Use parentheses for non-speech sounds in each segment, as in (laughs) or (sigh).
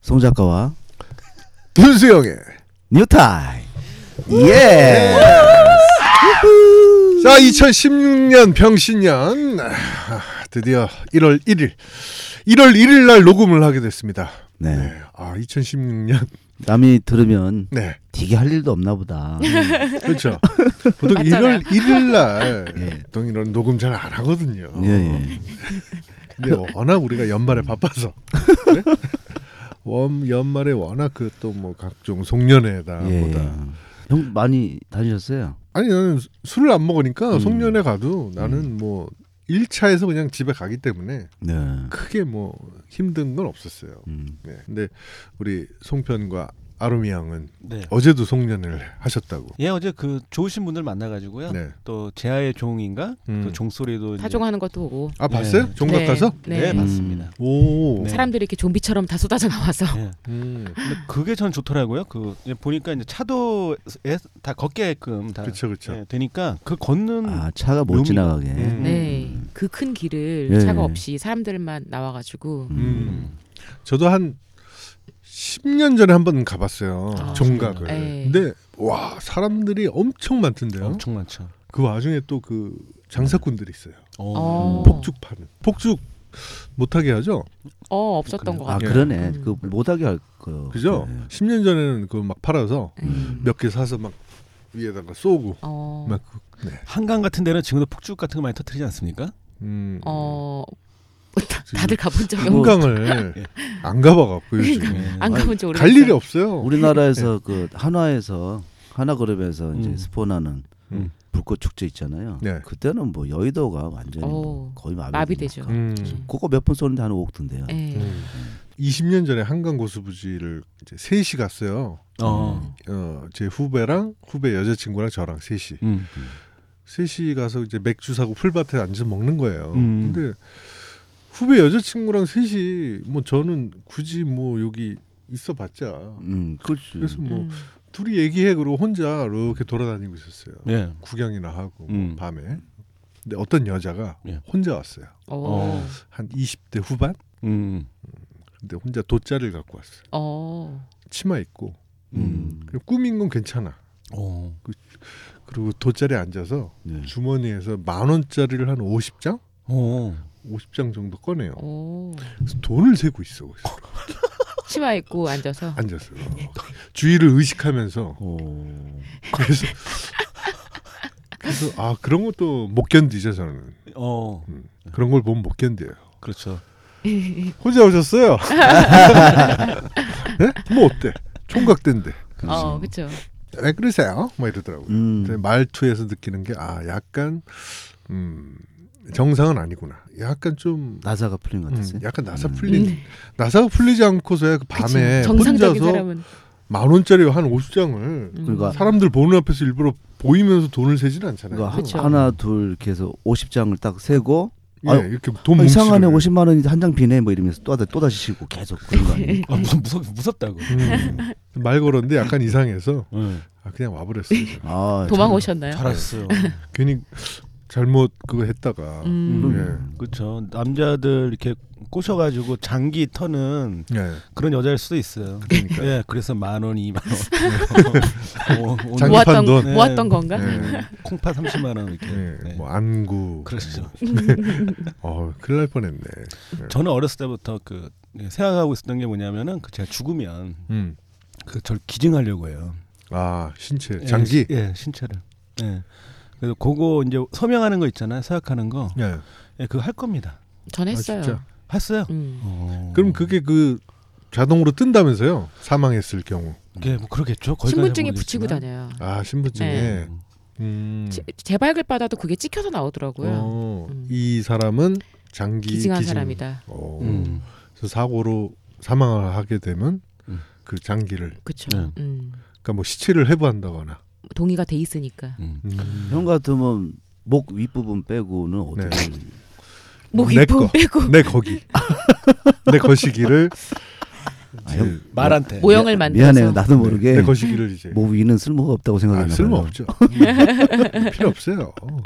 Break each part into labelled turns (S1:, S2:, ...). S1: 송 작가와
S2: 윤수영의
S1: 뉴타임. 예.
S2: 자 2016년 병신년 아, 드디어 1월 1일 1월 1일 날 녹음을 하게 됐습니다.
S1: 네.
S2: 네. 아 2016년
S1: 남이 들으면
S2: 네
S1: 되게 할 일도 없나 보다. (laughs)
S2: 그렇죠. 보통
S3: 맞잖아요.
S2: 1월 1일 날
S1: 예.
S2: 보통 이런 녹음 잘 안 하거든요.
S1: 예, 음. 예.
S2: 근데 워낙 우리가 연말에 바빠서 네? 원- 연말에 워낙 그 또 뭐 각종 송년회다
S1: 예.
S2: 아, 보다
S1: 형 많이 다니셨어요?
S2: 아니 나는 수- 술을 안 먹으니까
S1: 음.
S2: 송년회 가도 나는 뭐 1차에서 그냥 집에 가기 때문에
S1: 네.
S2: 크게 뭐 힘든 건 없었어요.
S1: 음.
S2: 네. 근데 우리 송편과 아루미 양은
S4: 네.
S2: 어제도 송년회를 하셨다고.
S4: 예 어제 그 좋으신 분들 만나가지고요.
S2: 네.
S4: 또 제아의 종인가
S2: 음.
S4: 그 종소리도 이제-
S3: 파종하는 것도 보고.
S2: 아 봤어요?
S4: 네.
S2: 종각
S3: 네,
S2: 가서?
S4: 네,
S3: 네.
S1: 음.
S4: 맞습니다.
S2: 오.
S4: 네.
S3: 사람들이 이렇게 좀비처럼 다 쏟아져 나와서.
S4: 예.
S2: 음.
S4: 근데 그게 전 좋더라고요. 그 이제 보니까 이제 차도에 다 걷게끔 다
S2: 그렇죠, 그렇죠.
S4: 예, 되니까 그 걷는
S1: 아, 차가 못
S4: 묘미-
S1: 지나가게.
S4: 음.
S3: 네. 그 큰 길을
S1: 예.
S3: 차가 없이 사람들만 나와가지고.
S2: 음. 저도 한 10년 전에 한 번 가봤어요.
S3: 아,
S2: 종각을.
S3: 네.
S2: 근데 와 사람들이 엄청 많던데요.
S4: 엄청 많죠.
S2: 그 와중에 또 그 장사꾼들이 있어요.
S3: 어.
S2: 폭죽 파는. 폭죽 못하게 하죠.
S3: 어 없었던 것
S1: 아,
S3: 같아요.
S1: 그러네.
S3: 음.
S1: 그 못하게 할 거.
S2: 그죠?
S1: 네.
S2: 10년 전에는 그 막 팔아서
S3: 음.
S2: 몇 개 사서 막 위에다가 쏘고
S3: 어.
S2: 막 그- 네.
S4: 한강 같은 데는 지금도 폭죽 같은 거 많이 터뜨리지 않습니까?
S2: 음.
S3: 어. 다- 다들 가본 적이 없.
S2: 한강을
S4: 예.
S2: 안 가봐갖고 요즘
S4: 예.
S3: 안 가본 지
S2: 갈
S3: 오래됐어요.
S2: 일이 없어요.
S1: 우리나라에서 그 한화에서 한화그룹에서 이제
S4: 음.
S1: 스폰하는
S4: 음.
S1: 불꽃 축제 있잖아요.
S2: 네.
S1: 그때는 뭐 여의도가 완전히 뭐
S3: 오,
S1: 거의 마비
S3: 마비되죠.
S2: 음.
S1: 그거 몇 번 쏘는데 한 5억 든대요.
S3: 네.
S2: 음. 20년 전에 한강 고수부지를 이제 셋이 갔어요.
S4: 어.
S2: 어, 제 후배랑 후배 여자친구랑 저랑 셋이
S4: 음.
S2: 셋이 가서 이제 맥주 사고 풀밭에 앉아서 먹는 거예요.
S4: 음.
S2: 뭐, 근데 후배 여자친구랑 셋이 뭐 저는 굳이 뭐 여기 있어봤자
S1: 음, 그렇지.
S2: 그래서 뭐
S3: 음.
S2: 둘이 얘기해 그러고 혼자 이렇게 돌아다니고 있었어요.
S4: 예.
S2: 구경이나 하고 뭐
S4: 음.
S2: 밤에. 근데 어떤 여자가
S4: 예.
S2: 혼자 왔어요.
S3: 어.
S2: 한 20대 후반.
S4: 음.
S2: 근데 혼자 돗자를 갖고 왔어요.
S3: 어.
S2: 치마 입고.
S4: 음.
S2: 그리고 꾸민 건 괜찮아.
S4: 어.
S2: 그리고 돗자리에 앉아서
S1: 네.
S2: 주머니에서 만 원짜리를 한 50장?
S4: 어.
S2: 50장 정도 꺼내요.
S3: 어.
S2: 그래서 돈을 세고 있어. 거기서.
S3: 치마 입고 앉아서.
S2: 앉았어. 주위를 의식하면서
S1: 오.
S2: 그래서 (laughs) 그래서 아 그런 것도 못 견디죠 저는
S4: 어.
S2: 그런 걸 보면 못 견뎌요.
S4: 그렇죠.
S2: 혼자 오셨어요? (laughs) 네? 뭐 어때? 총각된데.
S3: 어, 그렇죠.
S2: 왜 그러세요? 뭐 이러더라고요. 근데
S1: 음.
S2: 말투에서 느끼는 게 아 약간 음 정상은 아니구나. 약간 좀
S1: 나사가 풀린 것
S2: 음,
S1: 같았어요.
S2: 약간 나사 풀린 나사가 풀리지 않고서야 그 밤에
S3: 음. 정상적인
S2: 혼자서
S3: 사람은 음.
S2: 만 원짜리 한 50장을
S1: 그러니까
S2: 사람들 보는 앞에서 일부러 보이면서 돈을 세진 않잖아요.
S1: 그러니까 하-
S3: 그쵸.
S1: 하나 둘 이렇게 해서 50장을 딱 세고
S2: 예,
S1: 아유,
S2: 이렇게 돈
S1: 아,
S2: 뭉치는
S1: 이상하네
S2: 거예요.
S1: 50만 원이 한 장 비네 뭐 이러면서 또, 또 다시 쉬고 계속 그런 거
S3: (laughs)
S1: 아니에요?
S4: 아, 무섭 무섭- 무섭다고.
S2: 음, 말 걸었는데 약간 이상해서
S4: 음.
S2: 아, 그냥 와버렸어요. 저는.
S1: 아,
S3: 도망 오셨나요?
S4: 잘하셨어요.
S2: 네. 괜히 잘못 그거 했다가 예.
S3: 음.
S1: 음.
S4: 그렇죠. 남자들 이렇게 꼬셔가지고 장기 터는
S2: 예,
S4: 그런 여자일 수도 있어요.
S2: 그러니까
S4: 예, 그래서 만 원, 이만 원, 어, 오늘
S2: 장기
S3: 모았던
S2: 판 돈.
S4: 네.
S3: 모았던 건가?
S2: 예,
S4: 콩팥 30만 원 이렇게.
S2: 예,
S4: 네.
S2: 뭐 안구
S4: 그렇죠.
S2: 어 큰일 날 뻔했네. 예.
S4: 저는 어렸을 때부터 그 생각하고 있었던 게 뭐냐면은 그 제가 죽으면
S2: 음.
S4: 그 절 기증하려고 해요.
S2: 아 신체
S4: 예,
S2: 장기.
S4: 시- 예, 신체를. 예. 그래서 그거 이제 서명하는 거 있잖아요. 생각하는 거.
S2: 예.
S4: 예, 그거 할 겁니다.
S3: 전 했어요.
S2: 아, 진짜.
S4: 했어요.
S3: 음.
S4: 어.
S2: 그럼 그게 그 자동으로 뜬다면서요? 사망했을 경우.
S4: 예, 뭐 그러겠죠. 거기까지
S3: 신분증에
S4: 모르겠지만.
S3: 붙이고 다녀요.
S2: 아 신분증에.
S3: 네.
S2: 음.
S3: 제- 재발급 받아도 그게 찍혀서 나오더라고요.
S2: 어,
S3: 음.
S2: 이 사람은 장기
S3: 기증한
S2: 기증.
S3: 사람이다.
S2: 어,
S4: 음.
S2: 그래서 사고로 사망을 하게 되면
S4: 음.
S2: 그 장기를
S3: 그렇죠.
S4: 네.
S3: 음.
S2: 그러니까 뭐 시체를 해부한다거나.
S3: 동의가 돼 있으니까.
S4: 음.
S2: 음.
S1: 형 같으면 목 윗부분 빼고는 어떻게
S2: 네.
S1: 하는지.
S3: 목
S2: 내
S3: 이쁨
S2: 거.
S3: 빼고
S2: 내 거기. 내 거시기를
S1: 아,
S2: 이제
S1: 형,
S4: 말한테.
S3: 모형을 만들어서
S1: 미안해요 나도 모르게
S2: 네.
S1: 뭐
S2: 내 거시기를 이제
S1: 목 위는 쓸모가 없다고
S2: 아,
S1: 생각했나 봐요
S2: 쓸모 없죠. 필요 없어요. 어,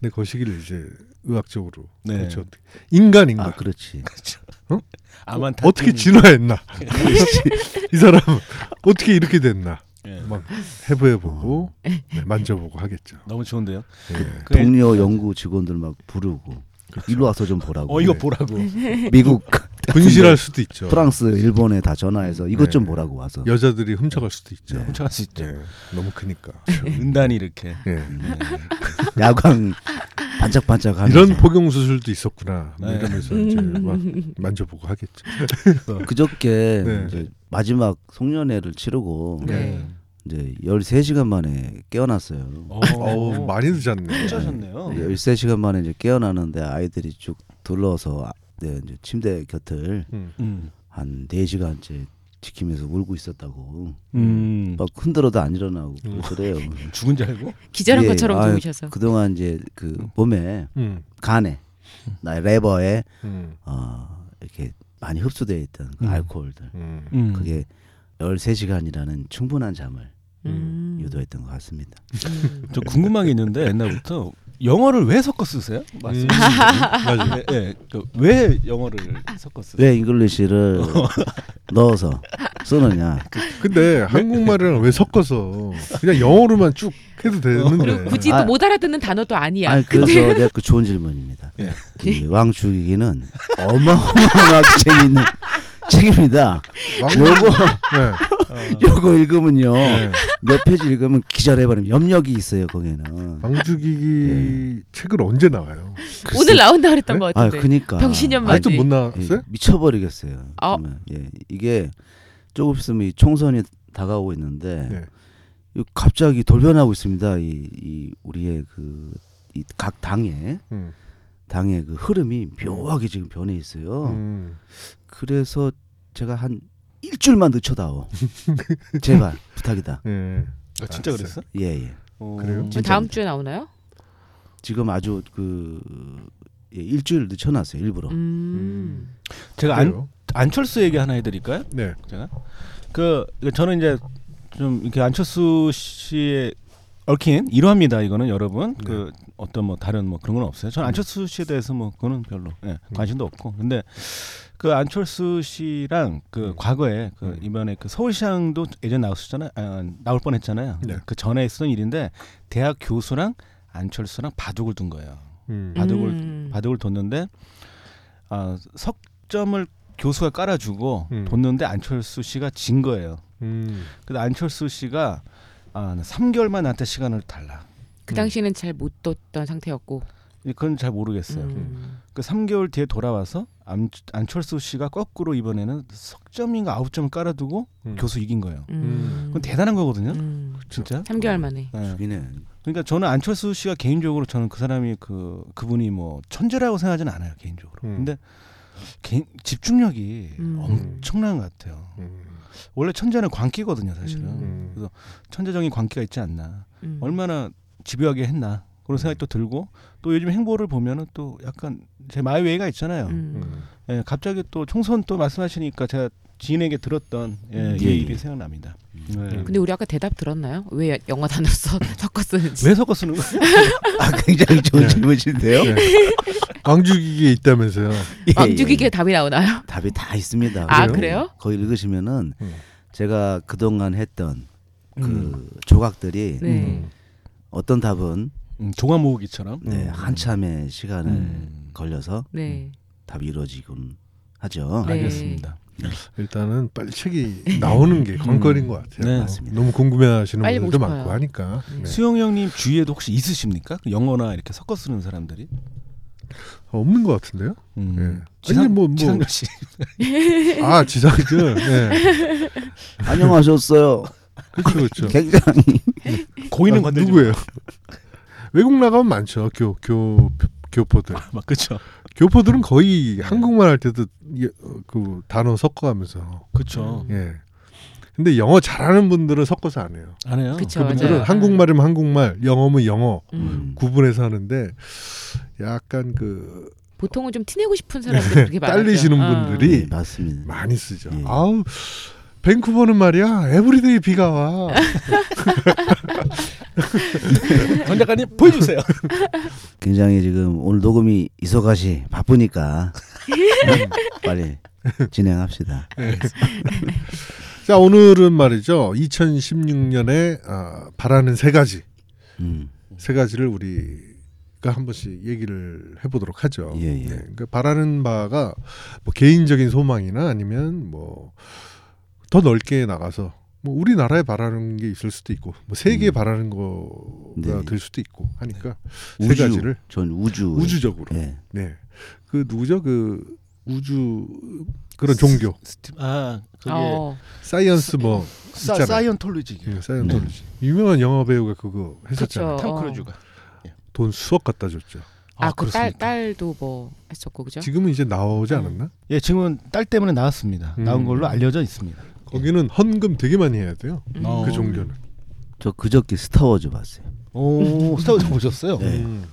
S2: 내 거시기를 이제 의학적으로
S4: 네.
S2: 그렇죠. 인간인가?
S1: 아 그렇지
S4: 그렇죠. 아만타
S2: 어떻게 진화했나
S1: 네.
S2: (laughs) 이 사람 어떻게 이렇게 됐나
S1: 네.
S4: 예.
S2: 막 해부해보고 네, 만져보고 하겠죠.
S4: 너무 좋은데요.
S2: 예.
S4: 그
S1: 동료 연구 직원들 막 부르고 일로 와서 좀 보라고.
S4: 어 이거 보라고.
S1: 미국,
S2: 그렇죠. 분실할 수도 있죠.
S1: 프랑스, 일본에 다 전화해서 이것
S2: 네.
S1: 좀 보라고 와서.
S2: 여자들이 훔쳐갈 수도 있죠.
S1: 네.
S4: 훔쳐갈 수 있죠.
S2: 예, 너무
S1: (laughs)
S2: 크니까.
S4: 은단이 이렇게.
S2: 예.
S1: 야광 반짝반짝하면서
S2: 이런 복용 수술도 있었구나. 뭐
S4: 아, 네.
S2: 이러면서 이제
S3: 음.
S2: 막 만져보고 하겠죠.
S1: 그저께
S2: 네.
S1: 이제 마지막 송년회를 치르고
S3: (laughs) 네.
S1: 이제 13시간 만에 깨어났어요. 예.
S2: 어우 많이 늦었네. 어.
S4: 훔쳐셨네요.
S1: 13시간 만에 이제 깨어나는데 아이들이 쭉 둘러서 아- 네, 이제 침대 곁을
S2: 음.
S4: 음.
S1: 한 4시간째 지키면서 울고 있었다고.
S4: 음.
S1: 막 흔들어도 안 일어나고
S2: 음. (laughs)
S1: 그래요.
S4: 죽은 줄 알고?
S3: 기절한
S1: 예,
S3: 것처럼
S1: 아유,
S3: 누우셔서
S1: 그동안 이제 그 몸에
S2: 음.
S1: 간에 나 레버에
S2: 음.
S1: 어 이렇게 많이 흡수되어 있던 그
S4: 음.
S1: 알코올들.
S2: 음.
S4: 음.
S1: 그게 13시간이라는 충분한 잠을
S3: 음.
S1: 유도했던 것 같습니다.
S3: 음.
S4: 저 궁금한 게 있는데 옛날부터 영어를 왜 섞어 쓰세요?
S2: 음.
S4: 말씀.
S2: 맞아요.
S4: 예, 예. 그 왜 영어를 섞어 쓰세요?
S1: 왜 (laughs) 잉글리시를 넣어서 쓰느냐?
S2: 근데 한국말이랑 왜 섞어서 그냥 영어로만 쭉 해도 되는데.
S3: 그리고 굳이
S1: 아.
S3: 또 못 알아듣는 단어도 아니야.
S1: 아니 그래서 (laughs) 내가 그 좋은 질문입니다.
S4: 예.
S1: 이 왕죽이기는 어마어마하게 (laughs) 재밌는 책입니다.
S3: 뭐?
S1: 요거
S2: 네.
S1: 요거 읽으면요
S2: 네.
S1: 몇 페이지 읽으면 기절해버리면 염력이 있어요 거기는.
S2: 방주기기
S4: 네.
S2: 책을 언제 나와요?
S3: 오늘 나온다 그랬던 것
S1: 아
S3: 같은데.
S1: 그니까
S3: 병신년 맞지?
S2: 아직도 못
S1: 예,
S2: 나왔어요?
S1: 미쳐버리겠어요.
S3: 아.
S1: 정말. 예, 이게 조금 있으면 이 총선이 다가오고 있는데
S2: 네.
S1: 이거 갑자기 돌변하고 있습니다. 이, 이 우리의 그 이 각 당의
S2: 음.
S1: 당의 그 흐름이 묘하게 지금 변해 있어요.
S2: 음.
S1: 그래서 제가 한 일주일만
S2: (laughs)
S1: 늦춰다오. 제발 부탁이다.
S2: 예.
S4: 아, 진짜 그랬어?
S1: 예 예.
S4: 어.
S2: 그래요?
S3: 뭐 다음 주에 나오나요?
S1: 지금 아주 그 예, 일주일 늦춰놨어요 일부러.
S2: 음.
S3: 음.
S4: 제가 안,
S2: 그래요?
S4: 안철수 얘기 하나 해드릴까요?
S2: 네.
S4: 제가 그 저는 이제 좀 이렇게 안철수 씨의 얽힌 일화입니다. 이거는 여러분
S2: 네.
S4: 그 어떤 뭐 다른 뭐 그런 건 없어요.
S2: 음.
S4: 저는 안철수 씨에 대해서 뭐 그거는 별로 예, 관심도 없고 근데 그 안철수 씨랑 그
S2: 음.
S4: 과거에 그
S2: 음.
S4: 이번에 그 서울시장도 예전 나왔었잖아요. 아, 나올 뻔했잖아요.
S2: 네.
S4: 그 전에 있었던 일인데 대학 교수랑 안철수랑 바둑을 둔 거예요.
S2: 음.
S4: 바둑을-
S3: 음.
S4: 바둑을 뒀는데 아, 석점을 교수가 깔아주고
S2: 음.
S4: 뒀는데 안철수 씨가 진 거예요.
S2: 음.
S4: 근데 안철수 씨가 아, 나 3개월만 나한테 시간을 달라.
S3: 그 당시에는 잘 못 뒀던 상태였고.
S4: 그건 잘 모르겠어요.
S3: 음.
S4: 그 3개월 뒤에 돌아와서 안, 안철수 씨가 거꾸로 이번에는 석점인가 9점을 깔아두고
S2: 음.
S4: 교수 이긴 거예요.
S2: 음.
S4: 그건 대단한 거거든요.
S3: 음. 그렇죠.
S4: 진짜.
S3: 3개월 만에.
S4: 예.
S1: 죽이네.
S4: 그러니까 저는 안철수 씨가 개인적으로 저는 그 사람이 그 그분이 뭐 천재라고 생각하지는 않아요 개인적으로.
S2: 음.
S4: 근데 개인- 집중력이
S3: 음.
S4: 엄청난 것 같아요.
S2: 음.
S4: 원래 천재는 광기거든요 사실은.
S2: 음.
S4: 그래서 천재적인 광기가 있지 않나.
S3: 음.
S4: 얼마나 집요하게 했나 그런 생각이 또 들고 또 요즘 행보를 보면은 또 약간 제 마이웨이가 있잖아요.
S3: 음.
S2: 음.
S4: 예, 갑자기 또 총선 또 말씀하시니까 제가 지인에게 들었던 예, 이
S1: 예, 예.
S4: 일이 생각납니다. 예.
S3: 근데 우리 아까 대답 들었나요? 왜 영어 단어 써 (laughs) 섞어 쓰는지.
S4: 왜 섞어 쓰는 거예요?
S1: 아 굉장히 좋은
S2: 네.
S1: 질문인데요.
S2: 네. 광주기기에 있다면서요?
S1: 예,
S3: 왕죽이게
S1: 예.
S3: 답이 나오나요?
S1: 답이 다 있습니다.
S3: 아,
S1: 그래서
S3: 그래요?
S1: 예, 거기 읽으시면은
S2: 음.
S1: 제가 그동안 했던 그
S4: 음.
S1: 조각들이
S2: 음.
S3: 네.
S1: 어떤 답은
S4: 음, 종합 모으기처럼.
S1: 네,
S2: 음.
S1: 한참의 시간을
S4: 음.
S1: 걸려서
S3: 네.
S1: 답이 이루어지곤 하죠.
S3: 네.
S4: 알겠습니다.
S2: 일단은 빨리 책이 나오는 게 관건인 것 같아요.
S4: 음. 네,
S1: 맞습니다.
S2: 너무 궁금해하시는
S3: 빨리
S2: 분들도
S3: 보고
S2: 많고
S3: 싶어요. 음.
S2: 하니까. 네.
S4: 수영 형님 주위에도 혹시 있으십니까? 그 영어나 이렇게 섞어 쓰는 사람들이?
S2: 없는 것 같은데요?
S4: 음.
S2: 예.
S4: 지상,
S2: 아니, 뭐, 뭐.
S4: 지상렬 씨.
S2: 아 지상준.
S4: (laughs)
S2: 네.
S1: 안녕하셨어요.
S2: 그렇죠 (laughs) 그렇죠.
S1: 굉장히
S4: 고인은
S2: 아,
S4: 건들지
S2: 누구예요? (laughs) 외국 나가면 많죠. 교 교 교포들.
S4: 마. 막 그렇죠.
S2: 교포들은 거의
S4: 네.
S2: 한국말 할 때도 이- 어, 그 단어 섞어가면서.
S4: 그렇죠.
S2: 예. 근데 영어 잘하는 분들은 섞어서 안 해요.
S4: 안 해요.
S3: 그쵸,
S2: 그분들은
S3: 맞아요.
S2: 한국말이면 한국말, 영어면 영어
S3: 음.
S2: 구분해서 하는데 약간 그
S3: 보통은 좀 티내고 싶은 사람들이 그렇게 많아요. 어.
S2: 딸리시는 분들이
S1: 네, 맞습니다.
S2: 많이 쓰죠.
S1: 예.
S2: 아우 밴쿠버는 말이야 에브리데이
S1: (laughs)
S2: 비가 와.
S4: 전 작가님 보여주세요.
S3: (laughs)
S1: 굉장히 지금 오늘 녹음이 이소가시 바쁘니까 음, 빨리 진행합시다.
S2: 자 오늘은 말이죠 2016년에 아, 바라는 세 가지
S1: 음.
S2: 세 가지를 우리가 한 번씩 얘기를 해보도록 하죠.
S1: 예, 예.
S2: 그러니까 바라는 바가 뭐 개인적인 소망이나 아니면 뭐 더 넓게 나가서 뭐 우리나라에 바라는 게 있을 수도 있고 뭐 세계에
S1: 음.
S2: 바라는 거가
S1: 네.
S2: 될 수도 있고 하니까 세
S1: 우주.
S2: 가지를
S1: 전 우주.
S2: 우주적으로
S1: 예.
S2: 네. 그 누구죠? 그 우주 그런 종교
S4: 스팀 아 그게
S3: 어,
S2: 사이언스 뭐
S4: 사,
S2: 있잖아요.
S4: 사이언톨로지
S2: 예, 사이언톨로지 유명한 영화 배우가 그거 했었잖아요.
S3: 그쵸.
S4: 탐
S3: 어.
S4: 크루즈가 예.
S2: 돈 수억 갖다 줬죠.
S3: 아그 딸
S4: 그렇습니까?
S3: 딸도 뭐 했었고 그죠?
S2: 지금은 이제 나오지 않았나?
S4: 예 지금은 딸 때문에 나왔습니다 나온
S2: 음.
S4: 걸로 알려져 있습니다
S2: 거기는 헌금 되게 많이 해야 돼요.
S3: 음.
S4: 예. 어.
S2: 그 종교는.
S1: 저 그저께 스타워즈 봤어요.
S4: 오 스타워즈 보셨어요
S1: 네.
S2: 음.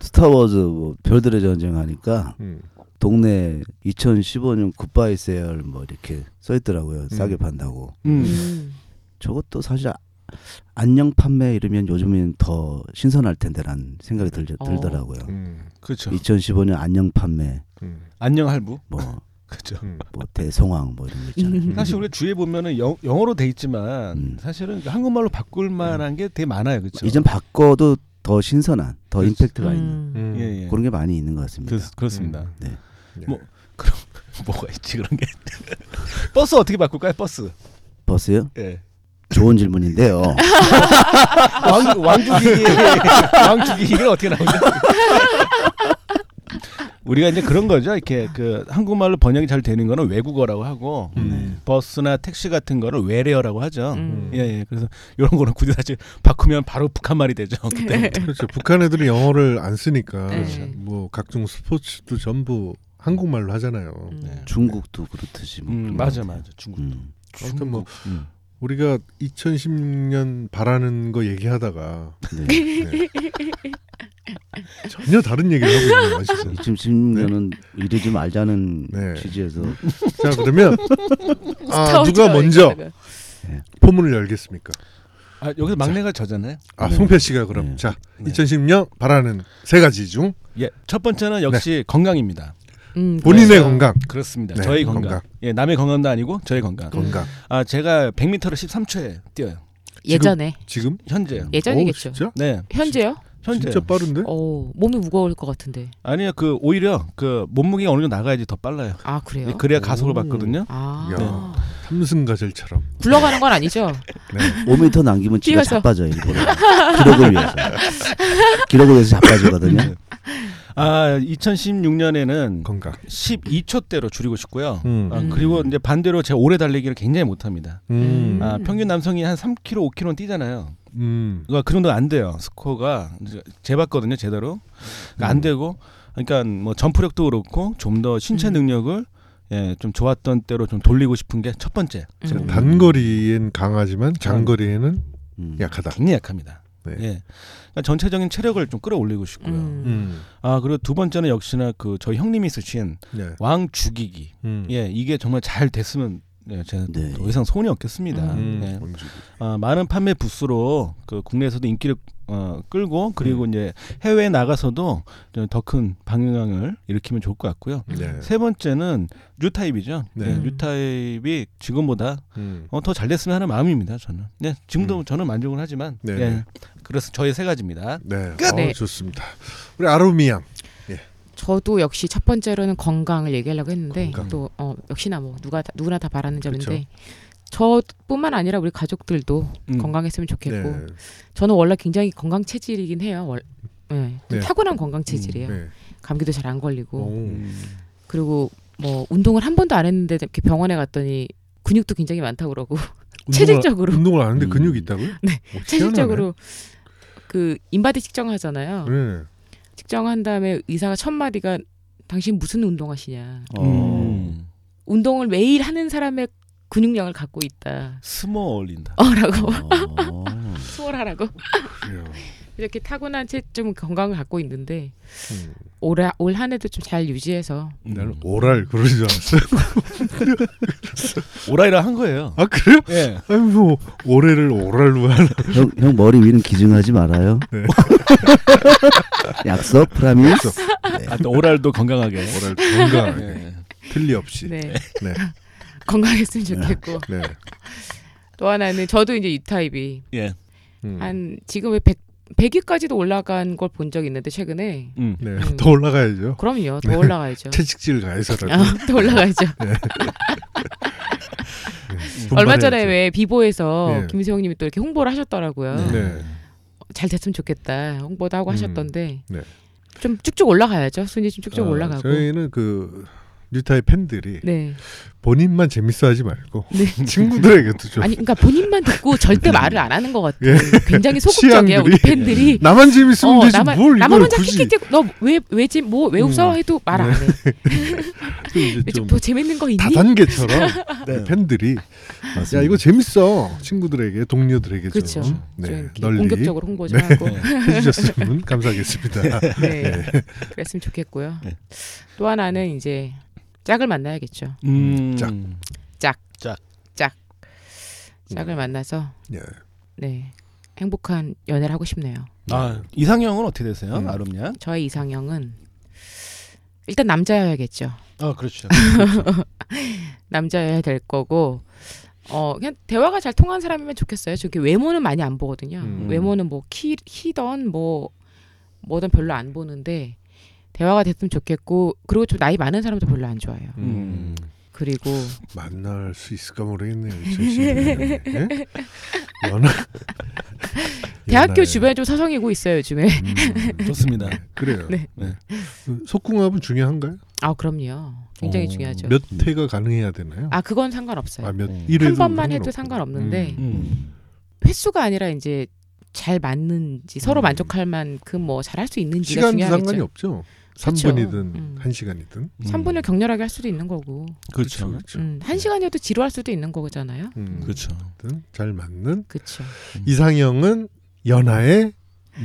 S1: 스타워즈 뭐 별들의 전쟁 하니까
S2: 음.
S1: 동네 2015년 굿바이 세일 뭐 이렇게 써 있더라고요. 싸게 판다고.
S4: 음.
S3: 음.
S1: 저것도 사실 아- 안녕 판매 이러면 요즘엔 더 신선할 텐데라는 생각이 들,
S3: 어.
S1: 들더라고요.
S2: 음.
S4: 그렇죠
S1: 2015년 안녕 판매
S2: 음.
S4: 안녕 할부
S1: 뭐 뭐
S4: 그렇죠
S2: 음.
S1: 대성황 뭐 이런 거 있잖아요.
S4: (laughs)
S3: 음.
S4: 사실 우리 주에 보면은 영, 영어로 돼 있지만
S1: 음.
S4: 사실은 그 한국말로 바꿀 만한 게 되게 많아요 그렇죠
S1: 이전 바꿔도 더 신선한, 더
S4: 그렇지.
S1: 임팩트가 있는
S3: 음.
S2: 음.
S4: 예, 예.
S1: 그런 게 많이 있는 것 같습니다.
S4: 그, 그렇습니다
S2: 음.
S1: 네.
S2: 예.
S4: 뭐- 뭐가 있지 그런 게 (laughs) 버스 어떻게 바꿀까요 버스
S1: 버스요?
S4: 예
S1: 좋은
S4: (laughs)
S1: 질문인데요.
S4: 왕, (laughs) 왕주기 왕주기 이게 어떻게 나오죠? 우리가 이제 그런 거죠. 이렇게 그 한국말로 번역이 잘 되는 거는 외국어라고 하고 네.
S2: 음.
S4: 버스나 택시 같은 거를 외래어라고 하죠.
S3: 음.
S4: 예, 예. 그래서 이런 거는 굳이 사실 바꾸면 바로 북한 말이 되죠. 그때.
S2: 그렇죠. 북한 애들이 영어를 안 쓰니까
S3: 네.
S2: 뭐 각종 스포츠도 전부 한국말로 하잖아요.
S3: 음.
S4: 네.
S1: 중국도 그렇듯이. 뭐
S4: 음,
S1: 그런
S4: 맞아
S1: 것 같아요.
S4: 맞아. 중국.
S1: 음.
S2: 아무튼 뭐
S4: 음.
S2: 우리가 2016년 바라는 거 얘기하다가
S1: 네.
S2: 네. 전혀 다른 얘기를 하고 있는 거야 지금.
S1: 2016년은 이러지 말자는
S2: 네.
S1: 취지에서
S4: 음.
S2: 자
S3: (laughs)
S2: 그러면 아,
S3: 스타워즈가
S2: 누가 먼저
S3: 있다고요.
S2: 포문을 열겠습니까?
S4: 아, 여기서 막내가 저잖아요.
S2: 아
S1: 네.
S2: 송표 씨가 그럼
S1: 네.
S2: 자
S4: 네.
S2: 2016년 바라는 세 가지 중
S4: 예. 네. 첫 번째는 역시 건강입니다.
S3: 음,
S2: 본인의
S4: 그래서-
S2: 건강
S4: 그렇습니다.
S2: 네,
S4: 저희 건강.
S2: 건강.
S4: 예, 남의 건강도 아니고 저희 건강.
S2: 건강
S4: 아, 제가 100m를 13초에 뛰어요.
S3: 예전에
S2: 지금
S4: 현재요.
S3: 예전이겠죠.
S2: 어우, 진짜 네?
S4: 네.
S3: 현재요?
S4: 현재.
S2: 진짜 빠른데
S3: 어 몸이 무거울 것 같은데.
S4: 아니요 그 오히려 그 몸무게가 어느 정도 나가야지 더 빨라요.
S3: 아 그래요?
S4: 예, 그래야
S2: 오.
S4: 가속을 받거든요.
S3: 아
S2: 야. 삼승가젤처럼
S3: 굴러가는 건 아니죠?
S1: 5m
S3: (laughs)
S1: 남기면 쥐가
S3: 뛰어서.
S1: 자빠져 일부러 기록을 위해서 기록을 위해서
S2: 네.
S1: 자빠지거든요.
S4: 네. 아 2016년에는
S2: 건강
S4: 12초대로 줄이고 싶고요.
S2: 음.
S4: 아, 그리고 이제 반대로 제가 오래 달리기를 굉장히 못합니다.
S2: 음.
S4: 아, 평균 남성이 한 3km, 5km 는 뛰잖아요.
S2: 음.
S4: 그러니까 그 정도 안 돼요. 스코어가 이제 재봤거든요, 제대로 그러니까 안 되고, 그러니까 뭐 점프력도 그렇고 좀 더 신체
S3: 음.
S4: 능력을 예, 좀 좋았던 때로 좀 돌리고 싶은 게 첫 번째.
S3: 음.
S2: 단거리엔 강하지만 장거리에는
S1: 음.
S2: 약하다.
S4: 굉장히 약합니다.
S2: 네.
S4: 예. 그러니까 전체적인 체력을 좀 끌어올리고 싶고요.
S3: 음.
S2: 음.
S4: 아 그리고 두 번째는 역시나 그 저희 형님이 쓰신
S2: 네.
S4: 왕 죽이기.
S2: 음.
S4: 예, 이게 정말 잘 됐으면 예, 제가
S1: 네.
S4: 더 이상 소원이 없겠습니다.
S2: 음.
S4: 예.
S2: 원주.
S4: 아, 많은 판매 부스로 그 국내에서도 인기를 어, 끌고
S2: 음.
S4: 그리고 이제 해외에 나가서도 더 큰 방향을 일으키면 좋을 것 같고요.
S2: 네.
S4: 세 번째는 뉴타입이죠.
S2: 네.
S4: 예, 뉴타입이 지금보다
S2: 음.
S4: 어, 더 잘 됐으면 하는 마음입니다. 저는. 네, 지금도
S2: 음.
S4: 저는 만족을 하지만.
S2: 네.
S4: 예, 그래서 저희 세 가지입니다.
S2: 네.
S3: 끝!
S2: 어,
S3: 네.
S2: 좋습니다. 우리 아로미양.
S3: 저도 역시 첫 번째로는 건강을 얘기하려고 했는데
S2: 건강. 그렇죠.
S3: 또 어, 역시나 뭐 누가 다- 누구나 다 바라는 점인데 저뿐만 아니라 우리 가족들도
S4: 음.
S3: 건강했으면 좋겠고
S2: 네.
S3: 저는 원래 굉장히 건강 체질이긴 해요. 월, 네. 좀
S2: 네.
S3: 타고난 건강 체질이에요.
S2: 네.
S3: 감기도 잘 안 걸리고
S2: 오.
S3: 그리고 뭐 운동을 한 번도 안 했는데 이렇게 병원에 갔더니 근육도 굉장히 많다고 그러고
S2: (laughs)
S3: 체질적으로
S2: 운동을 안 하는데
S1: 음.
S2: 근육이 있다고요?
S3: 네.
S2: 어,
S3: 체질적으로 그 인바디 측정하잖아요.
S2: 희한하네.
S3: 측정한 다음에 의사가 첫 마디가 당신 무슨 운동하시냐.
S1: 어.
S4: 음.
S3: 운동을 매일 하는 사람의 근육량을 갖고 있다.
S4: 스모 어울린다.
S2: 음.
S3: 어라고
S1: 어.
S3: (laughs)
S4: 음.
S3: 수월하라고
S2: 그래요.
S3: 이렇게 타고난 체, 좀 건강을 갖고 있는데
S2: 음.
S3: 올해 올 한해도 좀 잘 유지해서
S2: 나는 오랄 그러지 않았어요.
S4: 오라이라 한 거예요.
S2: 아 그래요?
S4: 예.
S2: 아니 뭐 올해를 오랄로 하나.
S1: 형, 형 머리 위는 기증하지 말아요.
S2: 네.
S1: (laughs) 약속 프라미스.
S4: 아, 또 네. 오랄도 건강하게.
S2: 오랄 건강.
S4: 예.
S2: 틀리 없이. 네.
S3: 네.
S2: 네.
S3: (laughs) 건강했으면 좋겠고 또 하나는 저도 이제 이 타입이
S4: 예.
S2: 음.
S3: 한 지금 왜 100, 100위까지도 올라간 걸 본 적 있는데 최근에
S4: 음.
S2: 네.
S3: 음.
S2: 더 올라가야죠.
S3: 그럼요
S2: 네. (laughs)
S3: 더 올라가야죠.
S2: 채찍질 가해서라도.
S3: 아, 더 올라가야죠. 얼마 전에
S2: 분발해야죠.
S3: 왜 비보에서
S2: 예.
S3: 김세형님이 또 이렇게 홍보를 하셨더라고요.
S2: 네.
S3: 잘 됐으면 좋겠다 홍보도 하고
S2: 음.
S3: 하셨던데
S2: 네.
S3: 좀 쭉쭉 올라가야죠. 순위 좀 쭉쭉
S2: 아,
S3: 올라가고.
S2: 저희는 그 뉴타의 팬들이
S3: 네.
S2: 본인만 재밌어하지 말고
S3: 네.
S2: 친구들에게도 좀 네.
S3: 아니 그러니까 본인만 듣고
S2: (laughs)
S3: 절대 말을 안 하는 것 같아.
S2: 예.
S3: 굉장히 소극적이야
S2: 취향들이.
S3: 우리 팬들이.
S2: 나만 재밌으면
S3: 어
S2: 되지
S3: 나만
S2: 뭘
S3: 나만
S2: 이걸
S3: 혼자
S2: 굳이
S3: 킥킥대고 너왜왜뭐왜 웃어
S4: 음.
S3: 해도 말 안 해.
S2: 또 이제 좀
S3: 좀더 재밌는 거 있니?
S2: 다단계처럼
S3: (laughs)
S2: 그
S4: 네.
S2: 팬들이
S4: 맞습니다.
S2: 야 이거 재밌어 친구들에게 동료들에게 좀,
S3: 그렇죠. 좀
S2: 네,
S3: 이렇게
S2: 널리
S3: 공격적으로 홍보 좀 하고
S4: 네.
S2: (laughs) 해주셨으면 감사하겠습니다.
S3: 네. 그랬으면 좋겠고요.
S4: 네.
S3: 또 하나는 이제 짝을 만나야겠죠.
S4: 음.
S2: 짝.
S3: 짝을 만나서
S2: 예.
S3: 네 행복한 연애를 하고 싶네요.
S4: 아 이상형은 어떻게 되세요,
S2: 음.
S4: 아름양?
S3: 저의 이상형은 일단 남자여야겠죠.
S4: 아 그렇죠.
S3: 남자여야 될 거고 어 그냥 대화가 잘 통하는 사람이면 좋겠어요. 저기 외모는 많이 안 보거든요.
S2: 음.
S3: 외모는 뭐 키, 키던 뭐 뭐든 별로 안 보는데 대화가 됐으면 좋겠고 그리고 좀 나이 많은 사람도 별로 안 좋아해요.
S2: 음. (laughs)
S3: 그리고
S2: 만날 수 있을까 모르겠네요. 2016년에. 예? 연하
S3: (laughs) 대학교
S2: 연하에.
S3: 주변에 좀 서성이고 있어요 요즘에. (laughs)
S2: 음,
S4: 좋습니다.
S2: 네, 그래요.
S3: 네.
S4: 네.
S2: 그 속궁합은 중요한가요?
S3: 아 그럼요. 굉장히
S4: 어,
S3: 중요하죠.
S2: 몇 회가 가능해야 되나요?
S3: 아 그건 상관없어요.
S2: 아, 몇
S4: 음.
S2: 일회도
S3: 한 번만 해도
S2: 상관없고.
S3: 상관없는데
S2: 음.
S4: 음.
S3: 횟수가 아니라 이제 잘 맞는지 서로
S2: 음.
S3: 만족할 만큼 뭐 잘 할 수 있는지가
S2: 시간도
S3: 중요하겠죠.
S2: 상관이 없죠.
S3: 그렇죠.
S2: 3분이든
S3: 음.
S2: 1시간이든.
S3: 3분을 격렬하게 할 수도 있는 거고
S4: 그렇죠.
S3: 음, 한 시간이어도 지루할 수도 있는 거잖아요.
S2: 음,
S4: 그렇죠.
S2: 아무튼 잘 맞는
S3: 그렇죠.
S2: 이상형은 연하에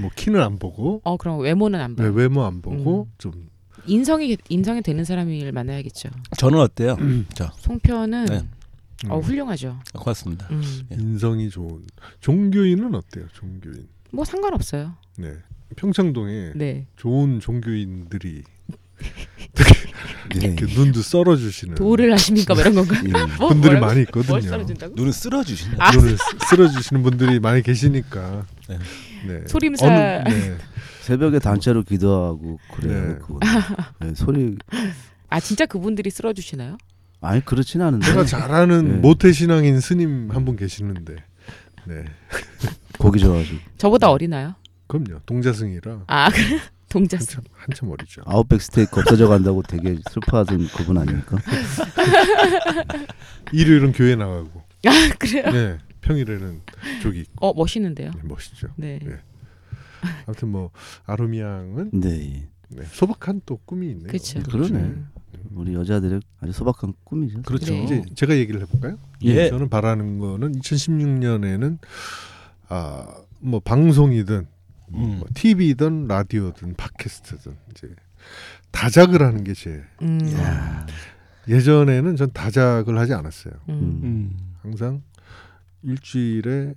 S2: 뭐 키는 안 보고
S3: 어 그럼 외모는 안 봐.
S2: 외- 외모 안 보고
S3: 음.
S2: 좀
S3: 인성이 인성이 되는 사람을 만나야겠죠.
S4: 저는 어때요?
S3: 음. 송편은
S4: 네.
S2: 음,
S3: 어 훌륭하죠.
S4: 고맙습니다.
S3: 음.
S2: (clears throat) 인성이 좋은 종교인은 어때요? 종교인.
S3: 뭐 상관없어요.
S2: 네. 평창동에
S3: 네.
S2: 좋은 종교인들이
S4: 예.
S1: 네.
S2: 이렇게 눈도 썰어 주시는
S3: 도를 하십니까 뭐 이런 건가?
S2: (laughs)
S1: 예.
S3: 뭐,
S2: 분들이
S3: 뭐라고?
S2: 많이
S3: 뭘
S2: 있거든요.
S3: 썰어준다고?
S4: 눈을 쓸어주시네.
S3: 아.
S2: 눈을 쓸어 주시는 분들이 많이 계시니까.
S4: 네.
S2: 네.
S3: 소림사.
S2: 어느- 네.
S1: 새벽에 단체로 기도하고 그래요.
S2: 네.
S1: 그거 네, 소리
S3: 아 진짜 그분들이 쓸어주시나요?
S1: 아니 그렇진 않은데
S2: 제가 잘 아는
S1: 네.
S2: 모태 신앙인 스님 한 분 계시는데. 네.
S1: 고기 좋아가지고
S3: 저보다 어리나요?
S2: 그럼요. 동자승이라
S3: 아 (laughs) 그래 동자 씨.
S2: 한참 한참 어리죠.
S1: 아웃백 스테이크 없어져 간다고 되게 슬퍼하던 그분 아닙니까?
S2: 일요일은 교회 나가고.
S3: 아 그래요?
S2: 네. 평일에는 저기 있고.
S3: 어 멋있는데요.
S2: 네, 멋있죠.
S3: 네.
S2: 네. 아무튼 뭐 아루미앙은
S1: 네,
S2: 네, 소박한 또 꿈이 있네요.
S3: 그쵸. 음.
S1: 그러네. 우리 여자들의 아주 소박한 꿈이죠.
S4: 그렇죠.
S3: 네.
S2: 이제 제가 얘기를 해볼까요?
S4: 예.
S2: 저는 바라는 거는 2016년에는 아 뭐 방송이든
S4: 음.
S2: 뭐 TV든 라디오든 팟캐스트든 이제 다작을 하는 게 제
S3: 음.
S1: 야,
S2: 예전에는 전 다작을 하지 않았어요.
S3: 음.
S4: 음.
S2: 항상 일주일에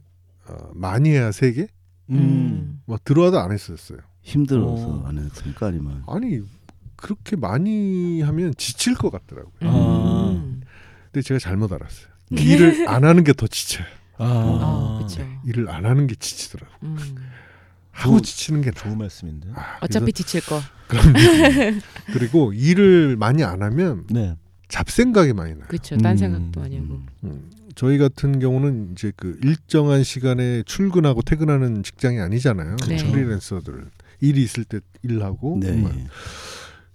S2: 어, 많이 해야 세 개?
S4: 음.
S3: 음.
S2: 뭐 들어와도 안 했었어요.
S1: 힘들어서
S4: 어.
S1: 안 했으니까 아니면
S2: 아니 그렇게 많이 하면 지칠 것 같더라고요.
S4: 아.
S3: 음.
S2: 근데 제가 잘못 알았어요.
S3: 네.
S2: 그 일을 안 하는 게 더 지쳐요.
S4: 아,
S3: 아, 그렇죠.
S2: 일을 안 하는 게 지치더라고. 요
S3: 음.
S2: 하고
S4: 그-
S2: 지치는 게 나아.
S4: 좋은 말씀인데.
S2: 아, 그래서-
S3: 어차피 지칠 거.
S2: (laughs) 그럼요. 그리고 일을 많이 안 하면
S4: 네.
S2: 잡생각이 많이 나요.
S3: 그렇죠. 딴
S4: 음.
S3: 생각도 많이 하고.
S2: 음, 저희 같은 경우는 이제 그 일정한 시간에 출근하고 퇴근하는 직장이 아니잖아요. 그
S3: 네.
S2: 프리랜서들 일이 있을 때
S3: 뭐,
S2: 일하고
S1: 네.
S2: 막.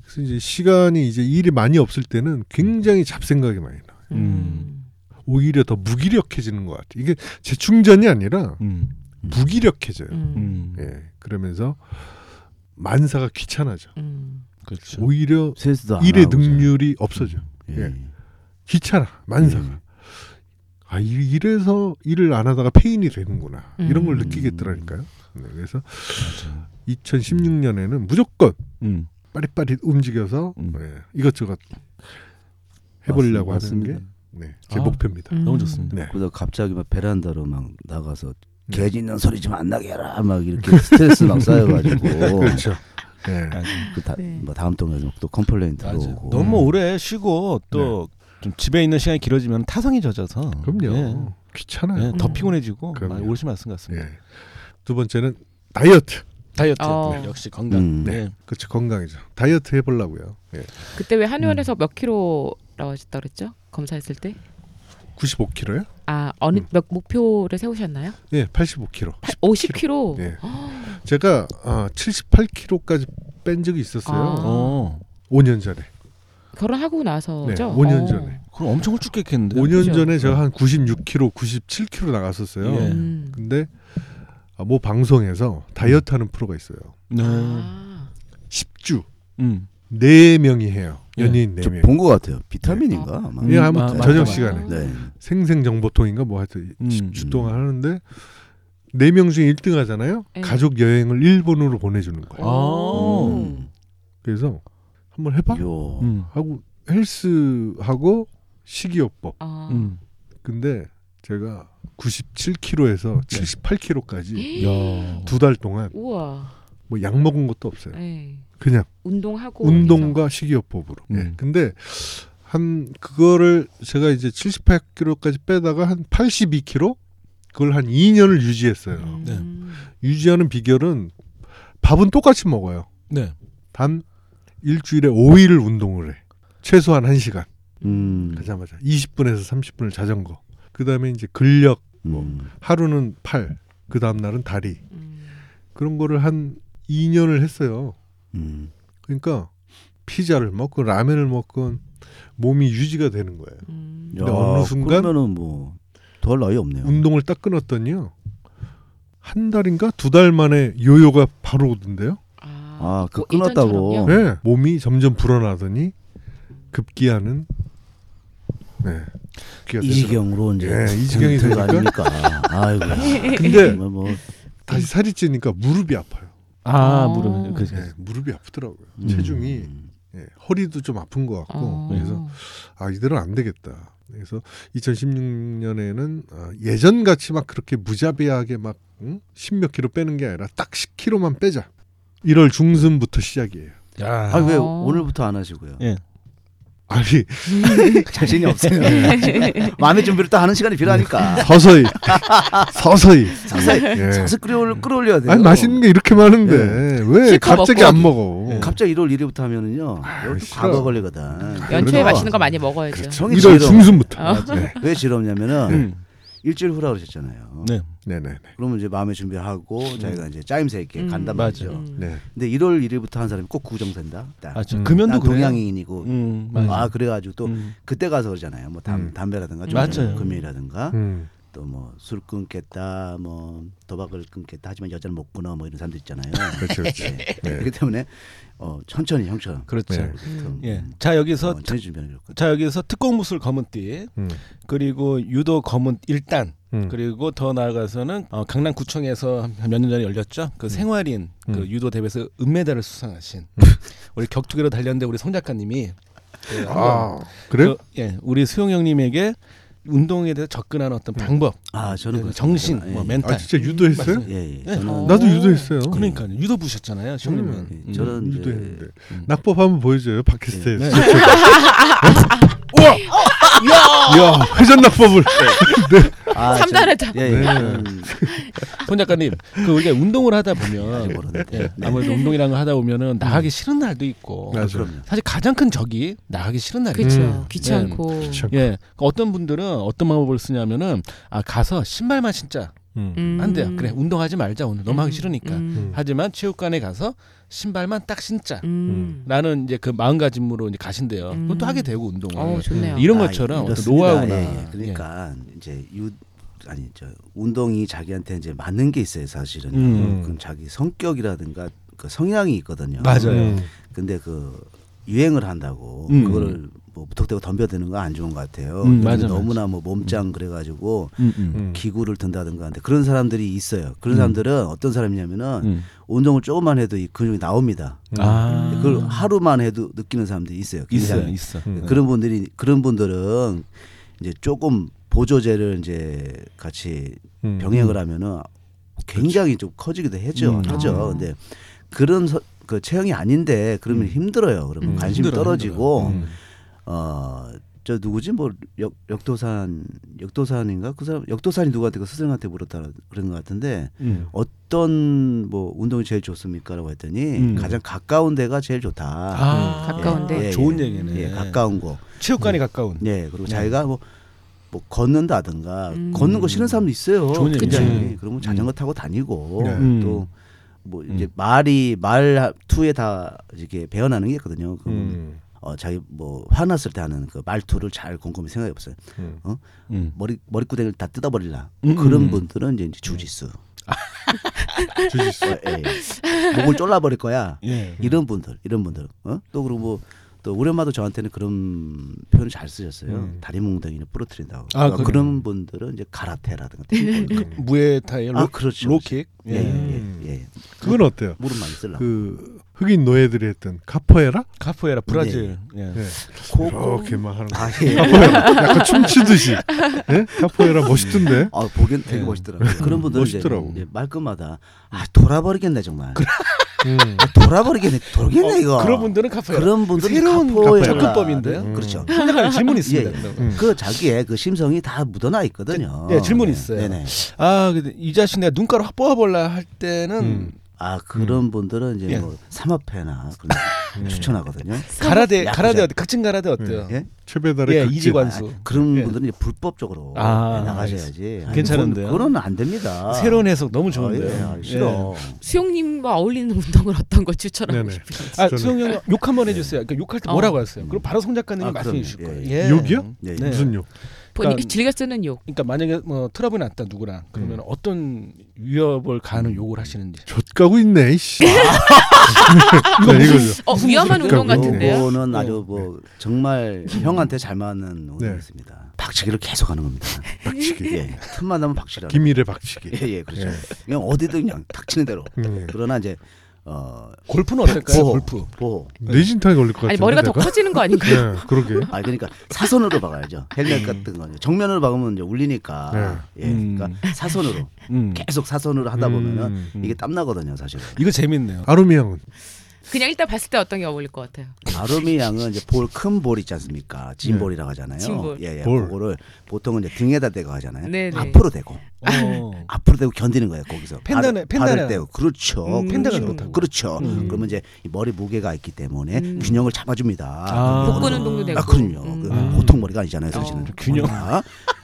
S2: 그래서 이제 시간이 이제 일이 많이 없을 때는 굉장히 잡생각이 많이 나. 요
S4: 음.
S2: 오히려 더 무기력해지는 것 같아요. 이게 재충전이 아니라
S4: 음.
S2: 무기력해져요.
S3: 음.
S4: 음.
S2: 예, 그러면서 만사가 귀찮아져.
S3: 음.
S4: 그렇죠.
S2: 오히려
S1: 세수도 안
S2: 일의
S1: 하고 잘.
S2: 능률이 없어져. 예. 귀찮아, 만사가.
S1: 음.
S2: 아 이- 이래서 일을 안 하다가 페인이 되는구나
S3: 음.
S2: 이런 걸 느끼겠더라니까요. 네, 그래서
S4: 그렇죠.
S2: 2016년에는 무조건
S4: 음.
S2: 빠릿빠릿 움직여서
S4: 음.
S2: 네, 이것저것 해보려고
S1: 맞습니다.
S2: 하는 게제
S4: 아.
S2: 목표입니다.
S3: 음.
S4: 너무 좋습니다.
S2: 네.
S1: 그러다 갑자기 막 베란다로 막 나가서
S2: 네. (laughs)
S1: 개 짖는 소리 좀 안 나게 해라 막 이렇게 스트레스 막 쌓여가지고
S2: 그렇죠. 예.
S4: (laughs)
S1: 그 다,
S3: 네.
S1: 뭐 다음 동네도 또 컴플레인
S4: 맞아요.
S1: 들어오고
S4: 너무 오래 쉬고 또 좀 집에 있는 시간이 길어지면 타성이 젖어서
S2: 그럼요. 귀찮아요.
S4: 예, 예, 더
S3: 음.
S4: 피곤해지고
S2: 그럼요.
S4: 많이 오르시 말씀 같습니다.
S2: 예. 두 번째는 다이어트.
S4: 다이어트
S3: 어.
S4: 네, 역시 건강.
S1: 음,
S4: 네.
S2: 그렇죠. 건강이죠. 다이어트 해보려고요. 예.
S3: 그때 왜 한의원에서 몇 킬로라고 하셨다 그랬죠? 검사했을 때?
S2: 95kg요?
S3: 아 어느
S2: 음.
S3: 몇 목표를 세우셨나요?
S2: 예, 85kg.
S3: 50 킬로.
S2: 예. 제가 아, 78kg까지 뺀 적이
S3: 아.
S2: 있었어요.
S4: 어.
S2: 오 5년 전에.
S3: 결혼하고 나서죠?
S2: 네, 5년
S3: 어.
S2: 전에.
S4: 그럼 엄청 예. 홀쭉했겠는데.
S2: 5년
S3: 그죠?
S2: 전에 제가 한 96kg, 97kg 나갔었어요.
S4: 예.
S3: 음.
S2: 근데 아, 뭐 방송에서 다이어트하는 프로가 있어요.
S4: 네.
S3: 아.
S2: 10주
S4: 음.
S2: 네
S4: 네
S2: 명이 해요.
S4: 예.
S2: 연예인 네 명.
S1: 저본 것 같아요. 비타민인가? 아마.
S4: 음.
S2: 예, 아마
S4: 아, 맞다,
S2: 저녁
S4: 맞다.
S2: 시간에
S1: 네.
S2: 생생정보통인가 뭐 하여튼
S4: 음.
S2: 10주 동안 하는데 네 명 중에 1등 하잖아요.
S3: 예.
S2: 가족 여행을 일본으로 보내주는 거예요.
S4: 아.
S1: 음.
S2: 그래서 한번 해봐
S1: 요.
S4: 음.
S2: 하고 헬스하고 식이요법.
S3: 아.
S4: 음.
S2: 근데 제가 97kg에서 78kg까지
S4: 야.
S2: 두 달 동안
S3: 우와.
S2: 뭐 약 먹은 것도 없어요.
S3: 네.
S2: 그냥
S3: 운동하고
S2: 운동과 식이요법으로.
S4: 음.
S2: 예. 근데 한 그거를 제가 이제 78kg까지 빼다가 한 82kg 그걸 한 2년을 유지했어요.
S3: 해서.
S4: 네.
S3: 음.
S2: 유지하는 비결은 밥은 똑같이 먹어요.
S4: 네.
S2: 단 일주일에 5일을 운동을 해. 최소한 1시간.
S1: 음.
S2: 가자마자 20분에서 30분을 자전거. 그다음에 이제 근력
S1: 음.
S2: 하루는 팔, 그 다음 날은 다리.
S3: 음.
S2: 그런 거를 한 2년을 했어요.
S1: 음.
S2: 그러니까 피자를 먹건 라면을 먹건 몸이 유지가 되는 거예요.
S3: 음.
S2: 근데 어느 순간- 음,
S1: 그러면은 뭐 더할 나위 없네요.
S2: 운동을 딱 끊었더니요. 한 달인가 두 달 만에 요요가 바로 오던데요.
S1: 아, 그
S3: 뭐 예전처럼요?
S1: 끊었다고.
S2: 네. 몸이 점점 불어나더니 급기야는 네. 급기야 되더라고요.
S1: 이지경으로 이제
S2: 예, 이지경이
S1: 되는 거
S2: 되니까.
S1: 아닙니까? 아이고.
S2: 근데
S1: 정말 뭐
S2: 다시 살이 찌니까 무릎이 아파요.
S4: 아,
S3: 어.
S4: 무릎. 그
S2: 네, 무릎이 아프더라고요.
S1: 음.
S2: 체중이 예, 허리도 좀 아픈 것 같고
S3: 어.
S2: 그래서 아 이대로 안 되겠다. 그래서 2016년에는 아, 예전 같이 막 그렇게 무자비하게 막 응? 10몇 킬로 빼는 게 아니라 딱 10킬로만 빼자. 1월 중순부터 시작이에요.
S4: 야.
S1: 아왜
S3: 어.
S1: 오늘부터 안 하시고요?
S4: 예.
S2: 아니
S1: 자신이 없어요. 예.
S3: (laughs)
S1: 마음의 준비를 딱 하는 시간이 필요하니까.
S2: 서서히 서서히
S1: 자세
S2: 예.
S1: 자세 끌어올 끌어올려야 돼요. 예.
S2: 아니 맛있는 게 이렇게 많은데 왜
S3: 실컷
S2: 갑자기
S3: 먹고.
S2: 안 먹어?
S4: 예.
S1: 갑자기 1월 1일부터 하면은요. 여기
S2: 싫어.
S1: 과거 걸리거든.
S3: 연초에
S1: 그래서
S3: 맛있는 거 많이 먹어야죠. 음.
S1: 그렇죠. 형이
S2: 1월
S1: 지혜로워.
S2: 중순부터.
S3: 어.
S2: 네.
S1: 왜 지럽냐면은
S4: 음.
S1: 일주일 후라 그러셨잖아요.
S4: 네.
S2: 네네네.
S1: 그러면 이제 마음의 준비를 하고 자기가 이제 짜임새 있게
S3: 음.
S1: 간단
S4: 맞아.
S1: 말이죠.
S3: 음.
S2: 네.
S1: 근데 1월 1일부터 한 사람이 꼭 구정된다. 딱.
S4: 아, 저
S2: 음.
S4: 금연도
S1: 난
S4: 그래요.
S1: 동양인이고
S4: 음.
S1: 아 그래가지고 또
S4: 음.
S1: 그때 가서 그러잖아요. 뭐 담,
S2: 음.
S1: 담배라든가
S3: 맞아요.
S1: 좀 금연이라든가
S2: 음.
S1: 또 뭐 술 끊겠다, 뭐 도박을 끊겠다 하지만 여자는 못 끊어 뭐 이런 사람도 있잖아요.
S2: (laughs)
S1: 예.
S2: 그렇죠 그렇죠. 네.
S1: 그렇기 때문에 어, 천천히 형처럼.
S4: 그렇죠.
S2: 네.
S1: 보통,
S4: 예.
S1: 음,
S4: 자, 여기서
S1: 어, 천천히 준비하는 게 좋고.
S4: 자, 여기서 특공무술 검은띠
S2: 음.
S4: 그리고 유도 검은 일단
S2: 음.
S4: 그리고 더 나아가서는 어, 강남구청에서 몇 년 전에 열렸죠. 그 생활인
S2: 음.
S4: 그 유도 대회에서 은메달을 수상하신 (laughs) 우리 격투기로 달렸는데 우리 송 작가님이 그 한번
S2: 아 그래요?
S4: 그, 예, 우리 수용 형님에게 운동에 대해서 접근하는 어떤 방법,
S1: 아 저는
S4: 그
S1: 그렇습니다.
S4: 정신,
S1: 예,
S4: 뭐
S1: 예.
S4: 멘탈.
S2: 아 진짜 유도했어요?
S1: 예, 예.
S4: 예.
S1: 저는
S3: 어.
S2: 나도 유도했어요.
S4: 그러니까 유도 부셨잖아요, 수용 님은.
S2: 네. 음,
S1: 예, 저는 이제
S2: 유도했는데
S4: 음.
S2: 낙법 한번 보여줘요 팟캐스트에서. 네.
S4: 네.
S2: (laughs) 어, 야 네. 회전 낙법을.
S1: 아,
S3: 삼단하자.
S1: 저- 예, 예.
S2: 네.
S1: 저는
S4: 송 작가님, 그 우리가 운동을 하다 보면
S2: 네.
S1: 아직 모르는데. 네.
S4: 예, 아무래도 운동이라는 걸 하다 보면은 나가기 싫은 날도 있고
S2: 맞아요.
S1: 그럼요.
S4: 사실 가장 큰 적이 나가기 싫은
S1: 네.
S4: 날이죠.
S3: 그렇죠.
S2: 음.
S3: 귀찮고.
S2: 귀찮-
S4: 예, 네. 그 어떤 분들은 어떤 방법을 쓰냐면은 아 가서 신발만 신자
S2: 음.
S3: 음.
S4: 한대요. 그래 운동하지 말자 오늘 너무 하기 싫으니까.
S3: 음.
S4: 하지만 체육관에 가서 신발만 딱 신자.
S3: 음.
S4: 라는 이제 그 마음가짐으로 이제 가신대요. 그럼 또
S3: 음.
S4: 하게 되고 운동을
S3: 어 좋네요.
S4: 이런 것처럼 어떤
S1: 아, 이렇습니다.
S4: 노하우나
S1: 예, 예. 그러니까 이제 유 아니 저 운동이 자기한테 이제 맞는 게 있어요 사실은
S4: 음.
S1: 그럼 자기 성격이라든가 그 성향이 있거든요
S4: 맞아요.
S2: 음.
S1: 근데 그 유행을 한다고
S4: 음.
S1: 그거를 뭐 무턱대고 덤벼드는 거 안 좋은 것 같아요
S4: 음,
S1: 요즘
S4: 맞아,
S1: 너무나 뭐 몸짱 그래가지고
S4: 예. 음, 음.
S2: 음.
S1: 기구를 든다든가 근데 그런 사람들이 있어요 그런 사람들은 어떤 사람이냐면은
S4: 음.
S1: 운동을 조금만 해도 이 근육이 나옵니다
S4: 아
S1: 음. 근데 그걸 하루만 해도 느끼는 사람들이 있어요 굉장히.
S4: 있어요, 있어.
S2: 음.
S1: 그런 분들이 그런 분들은 이제 조금 보조제를 이제 같이
S2: 음.
S1: 병행을 하면은 굉장히 좀 커지기도 하죠.
S4: 음.
S1: 하죠.
S3: 아.
S1: 근데 그런 서- 그 체형이 아닌데 그러면
S2: 음.
S1: 힘들어요. 그러면
S2: 음,
S1: 관심 이
S4: 힘들어요,
S1: 떨어지고
S2: 음.
S1: 어 저 누구지 뭐 역, 역도산 역도산인가 그 사람 역도산이 누구한테 그 스승한테 물었다 그런 것 같은데
S4: 음.
S1: 어떤 뭐 운동이 제일 좋습니까라고 했더니
S4: 음.
S1: 가장 가까운 데가 제일 좋다.
S4: 아,
S3: 가까운데.
S1: 예, 예.
S4: 좋은 얘기네.
S1: 예, 가까운 곳.
S4: 체육관이 가까운.
S1: 네, 그리고
S4: 네.
S1: 자기가 뭐, 뭐 걷는다든가
S3: 음.
S1: 걷는 거 싫은 사람도 있어요.
S4: 좋은 얘기죠. 네.
S1: 굉장히.
S2: 음.
S1: 그러면 자전거 타고 다니고
S2: 네.
S4: 음.
S1: 또 뭐 이제 말이 말 투에 다 이렇게 배어나는 게 있거든요. 그
S2: 음.
S1: 어, 자기 뭐 화났을 때 하는 그 말투를 잘 곰곰이 생각해 보세요.
S2: 음.
S4: 음.
S1: 머리 머리구댕이를 다 뜯어버리라. 뭐
S4: 음.
S1: 그런 분들은 이제
S4: (laughs)
S1: 주짓수.
S2: 주짓수.
S1: 어, 예, 예.
S4: (laughs)
S1: 목을 졸라버릴 거야.
S4: 예.
S1: 이런 분들, 이런 분들. 어? 또 그리고 뭐, 또 우리 엄마도 저한테는 그런 표현을 잘 쓰셨어요.
S2: 음.
S1: 다리 몽둥이는 부러뜨린다고.
S4: 아,
S1: 그러니까
S4: 그래요?
S1: 그런 분들은 이제 가라테라든가.
S2: 네.
S1: 태권도.
S4: 무에타이 로, 음.
S1: 아, 그렇죠.
S4: 로킥.
S1: 예, 예, 예, 예.
S2: 그건 어때요?
S1: 무릎만 쓸라. 고
S2: 그 흑인 노예들이 했던 카포에라?
S4: 카포에라 브라질. 예.
S2: 네.
S1: 코.
S2: 이렇게만 하는 거.
S1: 아, 예.
S4: (laughs)
S2: 카포에라 약간 춤추듯이. 예? 카포에라 멋있던데.
S1: 아, 보기엔 되게
S4: 예.
S1: 멋있더라고요. 그런 분들은 이제
S2: 멋있더라고.
S1: 이제 말끝마다, 아, 돌아버리겠네, 정말.
S2: 음.
S1: 아, 돌아버리겠네, 돌겠네, 이거.
S4: 어, 그런 분들은 카포에라.
S1: 그런 분들은
S4: 새로운
S1: 카포에라.
S4: 접근법인데요.
S1: 네, 그렇죠.
S4: 생각하는 질문 있습니다.
S1: (laughs) 예, 예.
S4: 그러면.
S2: 음.
S1: 그 자기의 그 심성이 다 묻어나 있거든요.
S4: 네, 질문 있어요.
S1: 네네.
S4: 아, 근데 이 자식 내가 눈가로 확 뽑아볼라 할 때는
S2: 음.
S1: 아 그런 분들은 이제
S4: 예.
S1: 뭐 삼합회나 그런 거
S4: (laughs)
S1: 추천하거든요.
S4: 가라데
S1: 야구장.
S4: 가라데 어때? 극진 가라데 어때요?
S1: 예?
S2: 최배달의
S4: 예,
S2: 극진.
S4: 이지관.
S1: 아,
S4: 관수.
S1: 그런
S4: 예.
S1: 분들은 이제 불법적으로
S4: 아,
S1: 예, 나가셔야지. 아니,
S4: 괜찮은데요?
S1: 그건, 그건 안 됩니다.
S4: 새로운 해석 너무
S1: 아, 예,
S4: 좋은데요.
S1: 아, 싫어.
S3: 수영님과 어울리는 운동을 어떤 걸 추천하고
S2: 네네.
S3: 싶으세요?
S4: 아,
S2: 저는-
S4: 수영 형욕 한번 해주세요. 그러니까 욕할 때
S3: 어.
S4: 뭐라고 하세요? 그럼 바로 송 작가님이
S1: 아,
S4: 말씀해
S1: 그럼요.
S4: 주실 거예요.
S1: 예,
S2: 예. 욕이요?
S4: 네.
S1: 예.
S2: 무슨 욕?
S3: 본인이
S4: 그러니까-
S3: 즐겨 쓰는 욕.
S4: 그러니까 만약에 뭐 트러블이 났다 누구랑 그러면
S1: 음.
S4: 어떤 위협을 가하는 욕을 하시는지.
S2: 젖가고 있네. (laughs) 이씨. 네, 이거죠.
S3: 어, 위험한
S2: 그러니까
S3: 운동 같은데요.
S4: 네.
S1: 그거는 아주 뭐 정말 형한테 잘 맞는
S2: 네.
S1: 운동입니다. 박치기를 계속하는 겁니다.
S2: 박치기.
S1: 예. 틈만 나면 박치라.
S2: 기밀의 박치기.
S1: 예예 그렇죠.
S2: 예.
S1: 그냥 어디든 그냥 닥치는 대로.
S2: 음.
S1: 그러나 이제 어
S4: 골프는 어떨까요?
S1: 보호,
S4: 예. 골프.
S1: 보호.
S2: 뇌진탕이 걸릴 것 같은데.
S3: 아니 머리가 더
S2: 내가?
S3: 커지는 거
S4: 네.
S3: 아닌가요?
S2: 예, 그러게.
S1: 아 그러니까 사선으로 박아야죠. 헬멧 같은 거 정면으로 박으면 이제 울리니까 예
S4: 음.
S1: 그러니까 사선으로
S4: 음.
S1: 계속 사선으로 하다 보면은
S2: 음.
S1: 이게 땀 나거든요 사실. 은
S4: 이거 재밌네요.
S2: 아루미 형은
S3: 그냥 일단 봤을 때 어떤 게 어울릴 것 같아요.
S1: 아름이 양은 이제 볼 큰 볼 있지 않습니까? 진볼이라고 하잖아요.
S3: 진볼.
S1: 예, 예.
S2: 볼.
S1: 그거를 보통은 이제 등에다 대고 하잖아요.
S3: 네네.
S1: 앞으로 대고
S4: 어.
S1: 앞으로 대고 견디는 거예요 거기서.
S4: 팬다는-
S1: 발을- 발을
S4: 팬다는-
S1: 대고 그렇죠.
S3: 음.
S4: 어. 팬다는
S1: 그렇죠.
S4: 그렇다고.
S1: 그렇죠.
S4: 음.
S1: 그러면 이제 이 머리 무게가 있기 때문에
S3: 음.
S1: 균형을 잡아줍니다.
S4: 아.
S1: 그거는
S3: 복근 운동도 되고.
S1: 아 그럼요. 그
S4: 음.
S1: 보통 머리가 아니잖아요. 사실은
S3: 어.
S4: 균형.
S1: 머리가.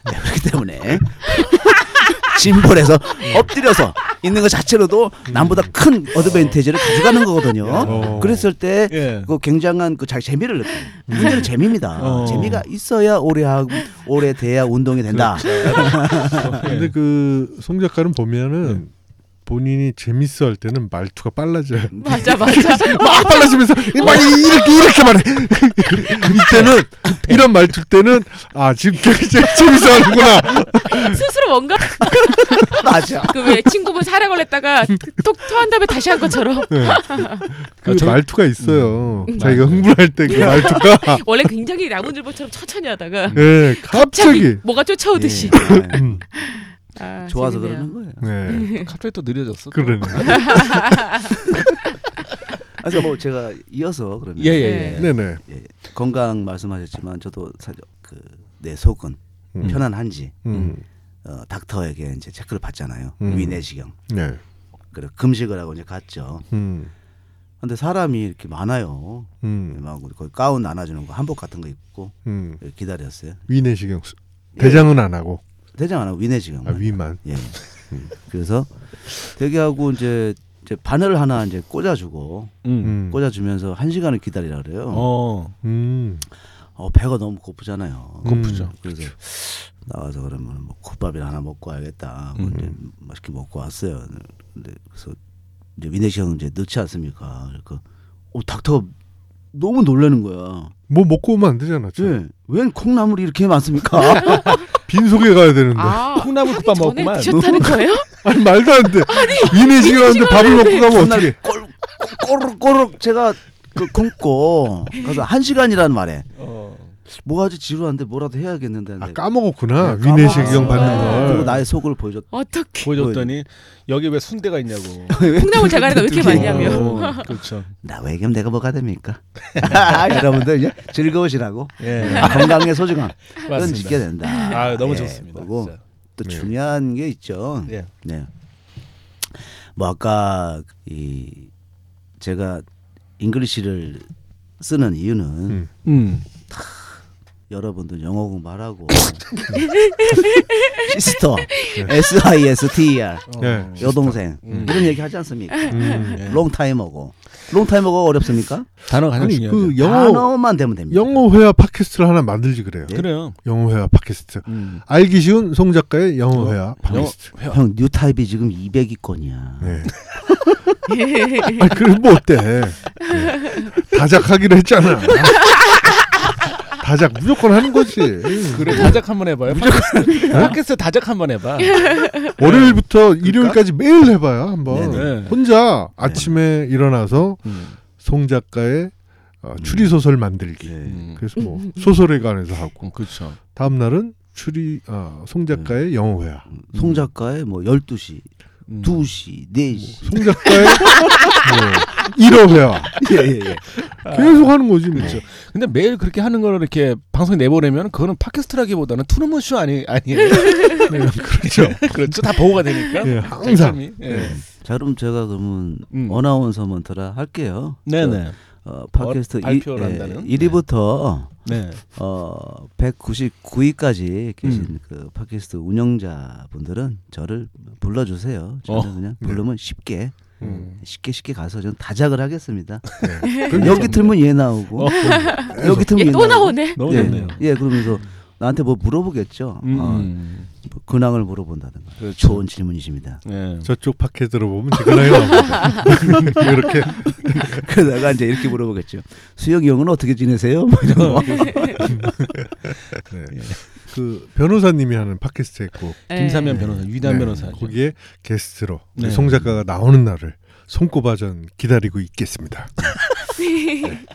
S1: 네, 그렇기 때문에 (laughs) 진볼에서 엎드려서 있는 것 자체로도 남보다
S4: 음.
S1: 큰 어드밴티지를 가져가는 거거든요.
S2: 어.
S1: 그랬을 때
S4: 예. 음.
S1: 그 굉장한 그 자- 재미를 느끼는 문제는 재미입니다.
S4: 어.
S1: 재미가 있어야 오래 하고 오래 돼야 운동이 된다.
S4: 그렇죠.
S1: 네.
S2: 근데 그 송 작가는 보면은 본인이 재밌어 할 때는 말투가 (laughs) 빨라져요. 어.
S3: 맞아
S1: 음.
S3: 맞아.
S1: (laughs)
S2: 막 빨라지면서 막 이렇게 이렇게 말해. 이때는 그, 이런 말투 때는 아 지금 되게 재- 재밌어 하는구나.
S4: (laughs)
S3: 스스로 뭔가
S1: 맞아.
S3: 그 왜 친구분 살해 걸렸다가 톡 토한 다음에 다시 한 것처럼
S2: 네. 그
S4: 아, 저-
S2: 말투가 있어요.
S3: 음.
S2: 자기가 흥분할 때 그
S3: (laughs)
S2: 말투가
S3: 원래 굉장히 나무늘보처럼 천천히 하다가
S2: 예,
S3: 갑자기
S2: 갑자기
S3: 뭐가 쫓아오듯이
S1: 예,
S4: 네.
S1: 예.
S2: 음,
S3: 아,
S1: 좋아서
S3: 재밌네요.
S1: 그러는 거예요.
S2: 네.
S4: (laughs) 갑자기 또 느려졌어.
S2: 그러네.
S1: 그래서 뭐 제가 이어서 그러면
S4: 예예 예.
S2: 네, 네.
S1: 건강 말씀하셨지만 저도 사실 그내 속은
S2: 음.
S1: 편안한지
S2: 음.
S1: 어, 닥터에게 이제 체크를 받잖아요.
S2: 음.
S1: 위내시경.
S2: 네.
S1: 그리고 금식을 하고 이제 갔죠.
S2: 음.
S1: 근데 사람이 이렇게 많아요.
S2: 음.
S1: 막 거기 가운 나눠주는 거 한복 같은 거 입고
S2: 음.
S1: 기다렸어요. 예.
S2: 위내시경 수- 대장은 안 하고
S1: 대장 안 하고 위내시경.
S2: 아, 위만.
S1: 예. 그래서 대기하고 이제, 이제 바늘 하나 이제 꽂아주고
S4: 음.
S2: 음.
S1: 꽂아주면서 한 시간을 기다리라 그래요. 어.
S4: 어.
S2: 음.
S1: 배가 너무 고프잖아요.
S2: 고프죠. 그렇죠.
S1: 음, 그래서 나와서 그러면 뭐 국밥이나 하나 먹고 와야겠다.
S2: 음.
S1: 뭐 이제 맛있게 먹고 왔어요. 근데 그래서 이제 위내시 형 이제 넣지 않습니까? 그러니까 어, 닥터가 너무 놀라는 거야.
S2: 뭐 먹고 오면 안 되잖아. 저.
S1: 예, 웬 콩나물이 이렇게
S2: (laughs)
S1: 많습니까?
S2: 빈속에 가야 되는데.
S3: 아
S4: 콩나물
S3: 하기
S4: 국밥
S3: 전에
S4: 먹었구만.
S3: 드셨다는 거예요?
S4: (laughs)
S2: 아니 말도 안 돼. 위내시경 하는데 밥을 먹고 가면 어떻게?
S1: 꼬르륵 꼬르륵 제가 그 굶고 그래서 한 시간이란 말에
S4: 어.
S1: 뭐가 아주 지루한데 뭐라도 해야겠는데.
S2: 아
S1: 근데
S2: 까먹었구나
S1: 네, 까먹었어.
S2: 위내시경
S3: 걸.
S2: 받는
S1: 그리고
S2: 거.
S1: 나의 속을 보여줬.
S3: 어떻게
S4: 뭐, 보여줬더니 여기 왜 순대가 (laughs) 있냐고.
S3: 콩나물 자갈에다 왜
S1: 뜯기고.
S4: (laughs)
S3: 이렇게 많냐며.
S4: 어, 그렇죠.
S1: 나왜 그럼 내가 뭐가 됩니까? 여러분들 이제 (laughs) 즐거우시라고
S4: 예.
S1: 건강의 소중함 그건
S4: 맞습니다.
S1: 지켜야 된다.
S4: 아 너무
S1: 예,
S4: 좋습니다.
S1: 그리고
S4: 진짜.
S1: 또
S2: 네.
S1: 중요한 게 있죠.
S4: 예.
S1: 네. 뭐 아까 이 제가 잉글리시를 쓰는 이유는
S2: 음.
S4: 음.
S1: 여러분들 영어 공부하라고 시스터 S I S T E R
S2: 네.
S1: 여동생 이런 얘기 하지 않습니까?
S2: 음.
S4: 어, 예.
S1: 롱타임어고 롱타임어가 어렵습니까?
S4: 단어 가장
S2: 아니
S4: 중요해요.
S2: 그 영어
S1: 단어만 되면 됩니다.
S2: 영어 회화 팟캐스트를 하나 만들지 그래요.
S4: 그래요.
S2: 영어 회화 팟캐스트.
S4: 예. 음.
S2: 알기 쉬운 송 작가의 영어
S4: 어,
S2: 회화 팟캐스트.
S4: 영어 회화.
S1: 형 뉴타입이 지금 200위권이야.
S2: 네. 아니 그럼 뭐 어때? 네. 다작하기로 했잖아. 다작 무조건 하는 거지.
S4: 그래 다작 한번 해봐요. (laughs) 팟캐스트, 팟캐스트 다작 한번 해봐.
S2: 월요일부터 일요일까지 매일 해봐요 한번.
S4: 네네.
S2: 혼자 아침에 일어나서
S4: 음.
S2: 송 작가의 어, 추리 소설 만들기.
S1: 네.
S4: 음.
S2: 그래서 뭐 소설에 관해서 하고
S4: 음, 그렇죠.
S2: 다음 날은 추리 아, 송 작가의 영어 회화.
S1: 송 작가의 뭐 12시,
S4: 음.
S1: 2시, 4시.
S2: 송 작가의 네, 1호 회화.
S1: 예, 예, 예.
S2: 계속 하는 거지 뭐.
S4: 그렇죠. 근데 매일 그렇게 하는 걸 이렇게 방송에 내보내면 그거는 팟캐스트라기보다는 투르먼 쇼 아니 아니에요. 그렇죠. (laughs) 그렇죠. 다 보호가 되니까.
S2: 예, 항상.
S4: 장점이. 예.
S1: 자, 그럼 제가 그러면
S4: 음.
S1: 어나운서 먼트라 할게요.
S4: 네네.
S1: 저, 어, 팟캐스트
S4: 어, 발표를 한다는?
S1: 1위부터
S4: 네.
S1: 어, 199위까지 계신
S4: 음.
S1: 그 팟캐스트 운영자분들은 저를 불러주세요. 저는
S4: 어.
S1: 그냥
S2: 네.
S1: 부르면 쉽게
S2: 음.
S1: 쉽게 쉽게 가서 저는 다작을 하겠습니다.
S2: 그럼
S1: 여기 틀면 얘 나오고
S4: 어,
S1: 여기 틀면 얘
S3: 얘또
S1: 나오고.
S3: 나오네.
S4: 너무
S1: 예,
S4: 좋네요.
S1: 예, 그러면서 나한테 뭐 물어보겠죠.
S4: 음,
S1: 어,
S4: 음.
S1: 뭐 근황을 물어본다든가.
S4: 그렇죠.
S1: 좋은 질문이십니다. (laughs)
S4: 예.
S2: 저쪽 팟캐 들어보면 제가 나요. (laughs) 이렇게
S1: 그러다가 이제 이렇게 물어보겠죠. 수혁이 형은 어떻게 지내세요? 뭐 이런
S4: (laughs)
S1: 거.
S2: 네. 그 변호사님이 하는 팟캐스트 있고
S3: 예. 네.
S4: 김사면 변호사, 유단
S2: 네,
S4: 변호사.
S2: 거기에 게스트로 우리
S4: 네.
S2: 송 작가가 나오는 날을 손꼽아전 기다리고 있겠습니다.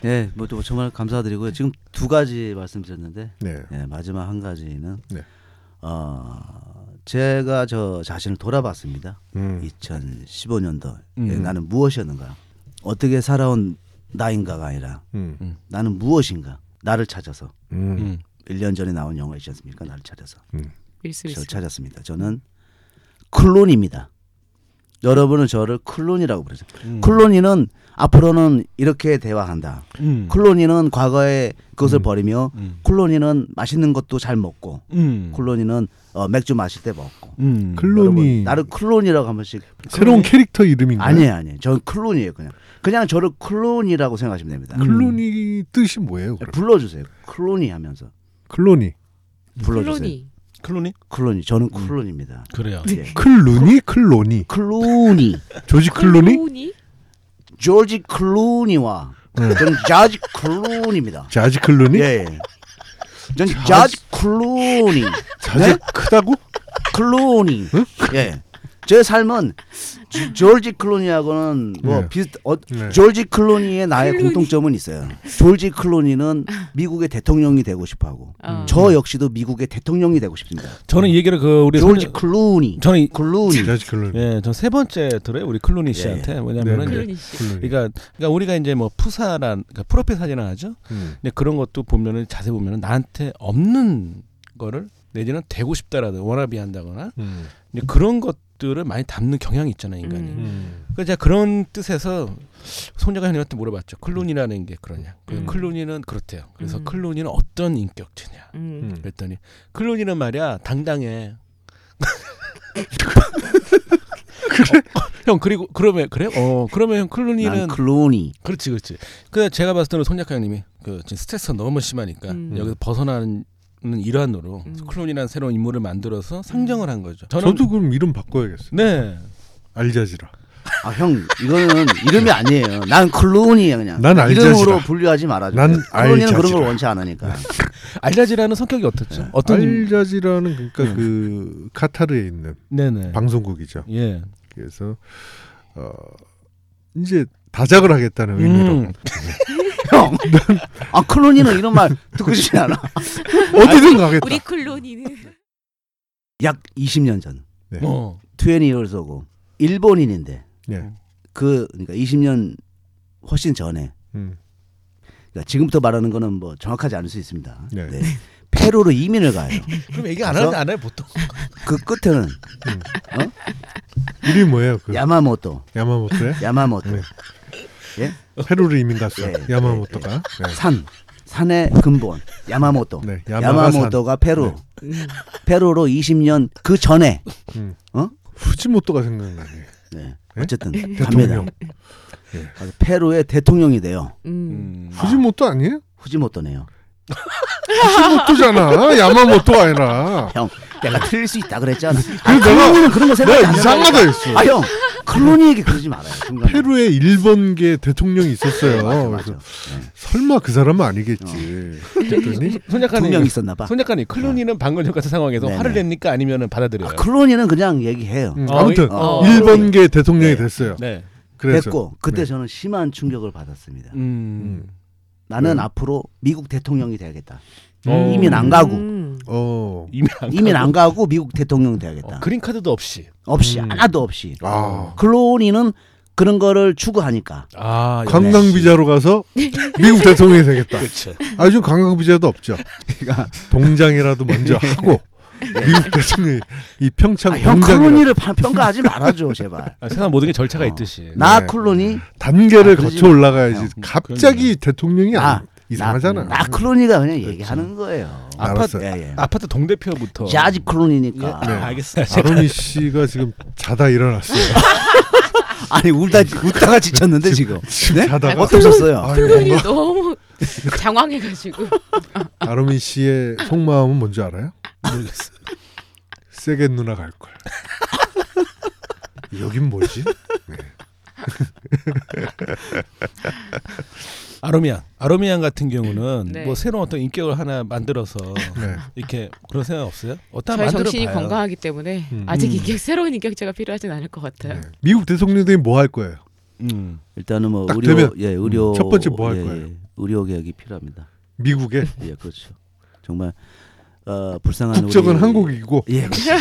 S1: 예, 뭐 또 정말 감사드리고요. 지금 두 가지 말씀드렸는데
S2: 네.
S1: 예, 마지막 한 가지는
S2: 네.
S1: 어, 제가 저 자신을 돌아봤습니다.
S2: 음.
S1: 2015년도 예,
S4: 음.
S1: 나는 무엇이었는가? 어떻게 살아온 나인가가 아니라
S2: 음.
S1: 나는 무엇인가? 나를 찾아서
S2: 음.
S4: 음.
S1: 1년 전에 나온 영화이지 않습니까? 나를 찾아서
S3: 밀수
S1: 저를
S3: 있어.
S1: 찾았습니다. 저는 클론입니다. 여러분은 저를 클론이라고 부르죠.
S4: 음.
S1: 클론이는 앞으로는 이렇게 대화한다.
S4: 음.
S1: 클론이는 과거에 그것을 버리며
S4: 음.
S1: 클론이는 맛있는 것도 잘 먹고
S4: 음.
S1: 클론이는 어, 맥주 마실 때 먹고.
S4: 음.
S2: 클론이
S1: 여러분, 나를 클론이라고 한 번씩.
S2: (laughs) 새로운 캐릭터 이름인가요?
S1: 아니에요, 아니에요. 저는 클론이에요, 그냥. 그냥 저를 클론이라고 생각하시면 됩니다. 음.
S2: 클론이 뜻이 뭐예요? 그럼?
S1: 불러주세요. 클론이 하면서
S2: 클론이
S1: 불러주세요.
S3: 클론이.
S4: 클론이?
S1: 클론이. 저는 클론입니다.
S4: 그래요.
S2: 네.
S1: 예.
S2: 클루니 클론이
S1: 클론이.
S2: 조지 클론이
S1: 조지 클론이와 저는 자지 클론입니다.
S2: 자지 클론이
S1: 예. 예. 전 자지 클론이.
S2: 자지
S1: 네?
S2: 크다고?
S1: 클론이. 예. 제 삶은 조- 조지 클론이하고는 뭐
S2: 네.
S1: 비슷 어,
S2: 네.
S1: 조지 클론이의 나의
S3: 클로니.
S1: 공통점은 있어요. 조지 클론이는 미국의 대통령이 되고 싶어 하고
S3: 어.
S1: 저 역시도 미국의 대통령이 되고 싶습니다.
S4: 저는 이 얘기를 그 우리
S1: 조지
S4: 손-
S1: 클론이.
S4: 저는 이-
S1: 클론이.
S2: 자지 클론이
S4: 예, 저 세 번째 들어요. 우리 클로니 씨한테 뭐냐면은
S2: 네.
S4: 음. 이제
S3: 클론이 씨.
S2: 클론이
S4: 그러니까, 그러니까 우리가 이제 뭐 푸사란 그러니까 프로필 사진을 하죠.
S2: 음.
S4: 근데 그런 것도 보면은 자세히 보면은 나한테 없는 거를 내지는 되고 싶다라든 워라비 한다거나
S2: 음.
S4: 이제 그런 것들을 많이 담는 경향이 있잖아요 인간이.
S3: 음.
S2: 음.
S4: 그러니까 제가 그런 뜻에서 손자가 형님한테 물어봤죠. 클론이라는 게 그러냐. 그
S3: 음.
S4: 클론이는 그렇대요. 그래서
S3: 음.
S4: 클론이는 어떤 인격체냐.
S3: 음.
S2: 음.
S4: 그랬더니 클론이는 말이야 당당해. 그래? (laughs) 형 그리고 그러면 그래? 어 그러면 형
S1: 난
S4: 클론이는
S1: 클론이.
S4: 그렇지 그렇지. 그래 제가 봤을 때는 손약하 형님이 그 지금 스트레스 가 너무 심하니까
S3: 음.
S4: 여기서 벗어나는 일환으로
S3: 음.
S4: 클론이라는 새로운 인물을 만들어서 상정을 한 거죠. 저는
S2: 저도 그럼 이름 바꿔야겠어요.
S4: 네.
S2: 알자지라.
S1: 아, 형, 이거는 이름이 아니에요. 난 클론이에요, 그냥.
S2: 네. 난 알자지라.
S1: 이름으로 분류하지 말아줘.
S2: 난 네.
S1: 클론이는 그런 걸
S2: 알자지라.
S1: 원치 않으니까.
S4: 알라지라는 성격이 어떻죠? 어떤 인-
S2: 알자지라는 그러니까 그 카타르에 있는
S4: 네네.
S2: 방송국이죠.
S4: 예.
S2: 그래서 어 이제 다작을 하겠다는 의미로
S4: 음.
S2: (laughs)
S1: 형. 아 클론이는 이런 말 듣고 싶지 않아.
S2: 어디든
S1: 아,
S2: 가겠다.
S5: 우리 클론이는
S1: 약 20년 전.
S2: 네.
S4: 어.
S1: 트웬티 이어서고 일본인인데
S2: 예.
S1: 그 그러니까 20년 훨씬 전에
S2: 음.
S1: 그러니까 지금부터 말하는 거는 뭐 정확하지 않을 수 있습니다.
S2: 네.
S1: 페루로 이민을 가요.
S6: 그럼 얘기 안 하는데 안 해요 보통.
S1: 그 끝에는
S2: 음. 이름이 뭐예요? 그
S1: 야마모토,
S2: 야마모토의
S1: 야마모토
S2: 네.
S1: 예?
S2: 페루로 이민 갔어.
S1: 예,
S2: 야마모토가.
S1: 산 산의 근본 야마모토.
S2: 네. 네. 야마가 산. 네.
S1: 야마모토가 페루. 음. 페루로 20년 그 전에
S2: 음.
S1: 어?
S2: 후지모토가 생각나네.
S1: 네.
S2: 예?
S1: 어쨌든 갑니다.
S2: 대통령.
S1: 아주 페루의 대통령이 돼요.
S4: 음.
S3: 음.
S2: 후지모토 아니에요?
S1: 후지모토네요.
S2: 후지모토잖아. 야마모토 아니라.
S1: 형, 내가 틀릴 수 있다 그랬잖아.
S2: 그래서 내가-
S1: 클론이는 그런 거 생각
S2: 내가
S1: 안 해요.
S2: 이상하다 했어.
S1: 아 형, 클론이에게 그러지 말아요. 중간에. 네,
S2: 페루에 일본계 대통령이 있었어요.
S1: 맞아, 어.
S2: 그래서
S1: 맞아.
S2: 설마 그 사람은 아니겠지. 그랬더니
S6: 손
S1: 두 명
S2: 네.
S6: 작가님.
S1: 네. 있었나 봐.
S6: 손 작가님 클론이는 방금 전 같은 상황에서
S1: 아. 네네.
S6: 화를 냅니까 아니면은 받아들여요?
S1: 아, 클론이는 그냥 얘기해요.
S2: 음,
S6: 어,
S2: 아무튼
S1: 어,
S6: 어.
S2: 일본계 대통령이
S1: 네.
S2: 됐어요.
S6: 네.
S2: 그래서
S1: 됐고 그때
S2: 네.
S1: 저는 심한 충격을 받았습니다.
S6: 음.
S1: 나는
S2: 네. 음.
S1: 앞으로 미국 대통령이 돼야겠다.
S6: 어.
S1: 이민 안 가고
S3: 음.
S2: 어.
S6: 이미 안
S1: 이민
S6: 가고.
S1: 안 가고 미국 대통령 이 돼야겠다.
S6: 어, 그린 카드도 없이.
S1: 없이
S2: 음.
S1: 하나도 없이.
S2: 아.
S1: 클론이는 그런 거를 추구하니까
S6: 아,
S2: 관광 비자로 가서 미국 대통령이 되겠다.
S6: 그렇죠.
S2: 아, 요즘 관광 비자도 없죠. 그러니까 동장이라도 먼저 하고 미국 대통령이 이 평창
S1: 네. 아, 형
S2: 동장이라
S1: 클론이를 파- 평가하지 말아줘 제발.
S6: 아, 세상 모든 게 절차가 있듯이.
S1: 어. 나
S2: (laughs) 네.
S1: 클론이
S2: 단계를
S1: 아, 그러지
S2: 거쳐
S1: 마.
S2: 올라가야지.
S1: 형,
S2: 갑자기 대통령이
S1: 나-
S2: 안- 이상하잖아.
S1: 나, 나 클론이가 그냥 얘기하는 거예요.
S2: 알았어요.
S1: 예, 예.
S6: 아파트
S2: 어.
S6: 동대표부터.
S1: 자지
S6: 예?
S1: 클론이니까.
S2: 네.
S6: 아, 알겠어요.
S2: 아로니 씨가 지금 자다 일어났어요.
S1: (laughs) 아, 아니
S2: 예.
S1: 울다 웃다가 지쳤는데 지금. 네?
S2: 자다가
S1: 어떠셨어요?
S2: 아유,
S3: 클론이
S2: 뭔가
S3: 너무 (laughs) 장황해가지고
S2: 아로니 씨의 속마음은 뭔지 알아요?
S6: 모르겠어요.
S2: 세게 누나 갈
S1: (laughs)
S2: 걸. 여긴 뭐지?
S6: 아로미안. 아로미안 같은 경우는
S3: 네.
S6: 뭐 새로운 어떤 인격을 하나 만들어서
S2: 네.
S6: 이렇게 그런 생각 없어요? 어떤
S3: 저희
S6: 만들어
S3: 정신이
S6: 봐요.
S3: 건강하기 때문에
S2: 음.
S3: 아직
S6: 음.
S3: 인격 새로운 인격체가 필요하진 않을 것 같아요.
S2: 네. 미국 대통령들이 뭐 할 거예요?
S6: 음.
S1: 일단은 뭐
S2: 딱
S1: 의료
S2: 되면
S1: 예 의료
S2: 첫 번째 뭐할
S1: 예,
S2: 거예요?
S1: 예, 의료 계약이 필요합니다.
S2: 미국의
S1: 예 그렇죠. 정말 어, 불쌍한
S2: 국적은
S1: 우리-
S2: 한국이고
S1: 예 그렇죠.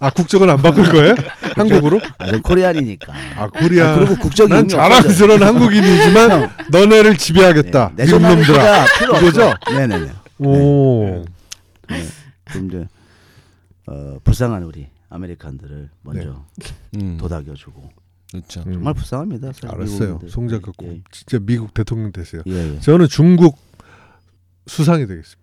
S2: 아 국적은 안 바꿀
S1: (laughs)
S2: 거예요? 한국으로?
S1: 아, 전 코리안이니까.
S2: 아 코리아.
S1: 아, 그리고 국적이
S2: 난
S1: 의미 없어져요.
S2: 자랑스러운 한국인이지만 너네를 지배하겠다.
S1: 네,
S2: 미국 놈들아.
S1: 내셔널리티가 필요
S2: 이거죠?
S1: 없어요. 네네네.
S2: 오. 음.
S1: 네. 좀 이제 어, 불쌍한 우리 아메리칸들을
S2: 네.
S1: 먼저
S6: 음.
S1: 도닥여주고
S6: 그렇죠.
S2: 음.
S1: 정말 불쌍합니다. 사실
S2: 알았어요.
S1: 미국인들.
S2: 송 작가 꼭
S1: 예,
S2: 진짜 미국 대통령 되세요.
S1: 예. 예.
S2: 저는 중국 수상이 되겠습니다.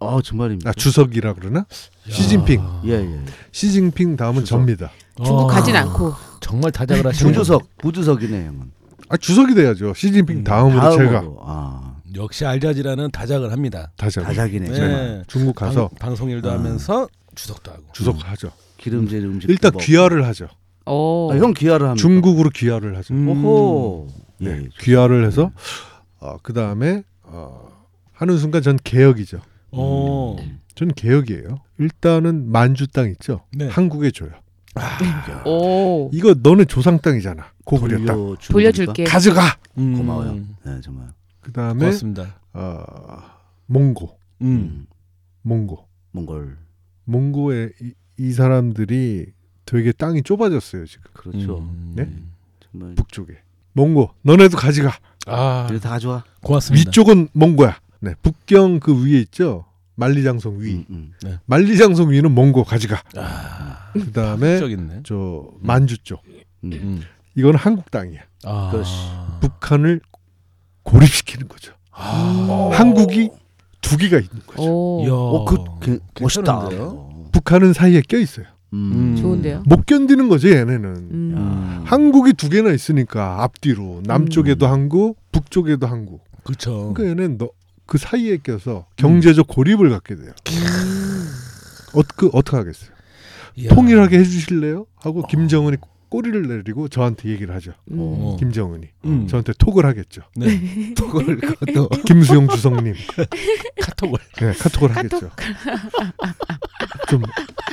S1: 어 정말입니다.
S2: 아 주석이라 아, 네. 그러나? 시진핑.
S6: 아.
S1: 예 예.
S2: 시진핑 다음은
S1: 주석.
S2: 접니다.
S3: 중국
S6: 어,
S3: 가진 않고
S6: 정말 다작을 하시는
S1: 부주석 부주석이네 형은.
S2: 아 주석이 돼야죠. 시진핑 다음으로 제가
S1: 다음으로. 아
S6: 역시 알자지라는 다작을 합니다.
S2: 다시 한번
S1: 다작이네
S6: 네.
S1: 정말.
S2: 중국
S6: 방,
S2: 가서
S6: 송 일도
S1: 아.
S6: 하면서 주석도 하고.
S2: 주석 하죠.
S1: 기름진 음식. 뭐
S2: 일단 귀화를 하죠.
S3: 어.
S1: 아, 형 귀화를 합니다.
S2: 중국으로 귀화를 하죠.
S6: 음.
S1: 오호. 예.
S2: 네,
S1: 예.
S2: 귀화를 해서
S6: 네.
S2: 어, 그 다음에 어, 하는 순간 전 개혁이죠.
S6: 어.
S2: 전 개혁이에요. 일단은 만주 땅 있죠.
S6: 네.
S2: 한국에 줘요.
S3: 오.
S2: 이거 너는 조상 땅이잖아. 고구려 땅.
S1: 돌려줄
S3: 돌려줄게.
S2: 가져가.
S6: 음.
S1: 고마워요. 네 정말.
S2: 그 다음에
S6: 고맙습니다.
S2: 어, 몽고,
S6: 음.
S1: 음.
S2: 몽고,
S1: 몽골.
S2: 음. 몽고에 이, 이 사람들이 되게 땅이 좁아졌어요 지금
S1: 그렇죠.
S6: 음.
S2: 네?
S1: 정말.
S2: 북쪽에. 몽고, 너네도 가져가.
S6: 아,
S1: 이거 다 좋아.
S6: 고맙습니다.
S2: 위쪽은 몽고야. 네, 북경 그 위에 있죠. 만리장성 위.
S1: 음, 음.
S2: 만리장성 위는 몽고 가져가.
S6: 아,
S2: 그다음에
S6: 적 있네.
S2: 저 만주 쪽.
S1: 음.
S6: 음.
S2: 이건 한국 땅이야.
S6: 아.
S1: 그렇지.
S2: 북한을 고립시키는 거죠.
S6: 아.
S2: 한국이 두 개가 있는 거죠.
S3: 오.
S6: 이야.
S1: 어, 그, 그 멋있다.
S6: 괜찮은데요?
S2: 북한은 사이에 껴 있어요.
S1: 음.
S3: 좋은데요.
S2: 못 견디는 거죠, 얘네는.
S3: 음.
S1: 야.
S2: 한국이 두 개나 있으니까
S6: 음.
S2: 앞뒤로 남쪽에도 한국, 북쪽에도 한국.
S6: 그렇죠.
S2: 그러니까 얘는 너, 그 사이에 껴서 경제적 고립을 갖게 돼요. 어, 그 어떻게 하겠어요?
S6: 이야. 어.
S2: 통일하게 해주실래요? 하고 김정은이 꼬리를 내리고 저한테 얘기를 하죠.
S3: 음.
S6: 어.
S2: 김정은이
S6: 음.
S2: 저한테 톡을 하겠죠.
S6: 네. 톡을 그것도
S2: 김수용 주성님
S6: 카톡을.
S2: 네, 카톡을 하겠죠. 좀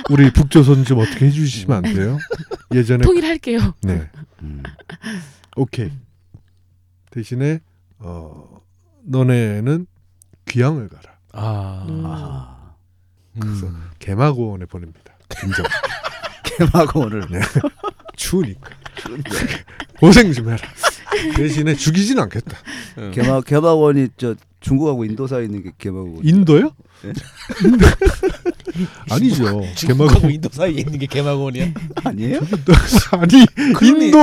S2: 우리 북조선 좀 어떻게 해주시면 안 돼요? 예전에
S3: 통일할게요.
S2: 네
S1: 음.
S2: 오케이 대신에 어 너네는 귀향을 가라.
S6: 아. 음.
S3: 음.
S1: 아,
S2: 그래서 개마고원에 보냅니다. 김정 (laughs)
S1: 개마고를
S2: 네. 추우니까 고생 좀 해라. 대신에 죽이진 않겠다.
S1: 개마 개마원이 저 중국하고 인도 사이에 있는 게 개마원.
S2: 인도요?
S1: 네.
S6: (laughs)
S2: 인도? 아니죠.
S6: 중국하고
S2: 개마고원
S6: 인도 사이에 있는 게 개마고원이야.
S2: (laughs)
S1: 아니에요?
S2: 아니
S6: 그러니-
S2: 인도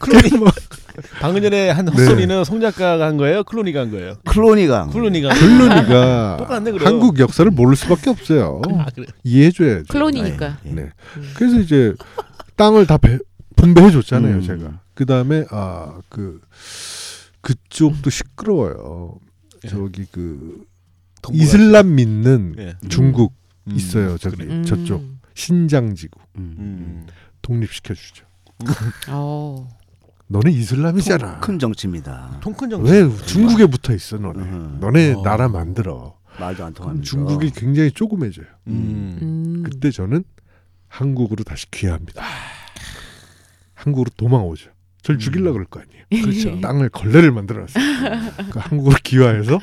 S6: 클로니.
S2: 개마-
S6: 방금 전에 한 헛소리는 송 작가가 한 거예요? 클로니가 한 거예요?
S1: 클로니강.
S6: 클로니가. 한 거예요?
S2: 글루니가
S6: 똑같네, 그럼.
S2: 음. 한국 음. 역사를 모를 수밖에 없어요.
S6: 아, 그래.
S2: 이해해줘야죠.
S3: 클론이니까.
S1: 예.
S2: 네. 그래서 이제 땅을 다 배- 분배해줬잖아요,
S1: 음.
S2: 제가. 그 다음에 아 그 그쪽도 시끄러워요.
S6: 예.
S2: 저기 그
S6: 동북아.
S2: 이슬람 믿는
S6: 예.
S2: 중국
S4: 음.
S2: 있어요, 저기
S3: 음.
S2: 예. 저쪽 신장지구
S1: 음.
S4: 음.
S2: 독립시켜주죠.
S3: 어.
S2: 너네 이슬람이잖아.
S1: 어, 큰 정치입니다.
S6: 통큰 정치.
S2: 왜 중국에 붙어 있어, 너네?
S1: 음.
S2: 너네
S6: 어.
S2: 나라 만들어.
S1: 말도 안
S2: 그럼
S1: 통합니다.
S2: 중국이 굉장히 조그매져요.
S6: 음.
S3: 음.
S2: 그때 저는 한국으로 다시 귀화합니다. 한국으로 도망오죠. 절
S6: 음.
S2: 죽이려고 그럴 거 아니에요.
S6: 그렇죠.
S2: 땅을 걸레를 만들어놨어요. 그 한국으로 귀화해서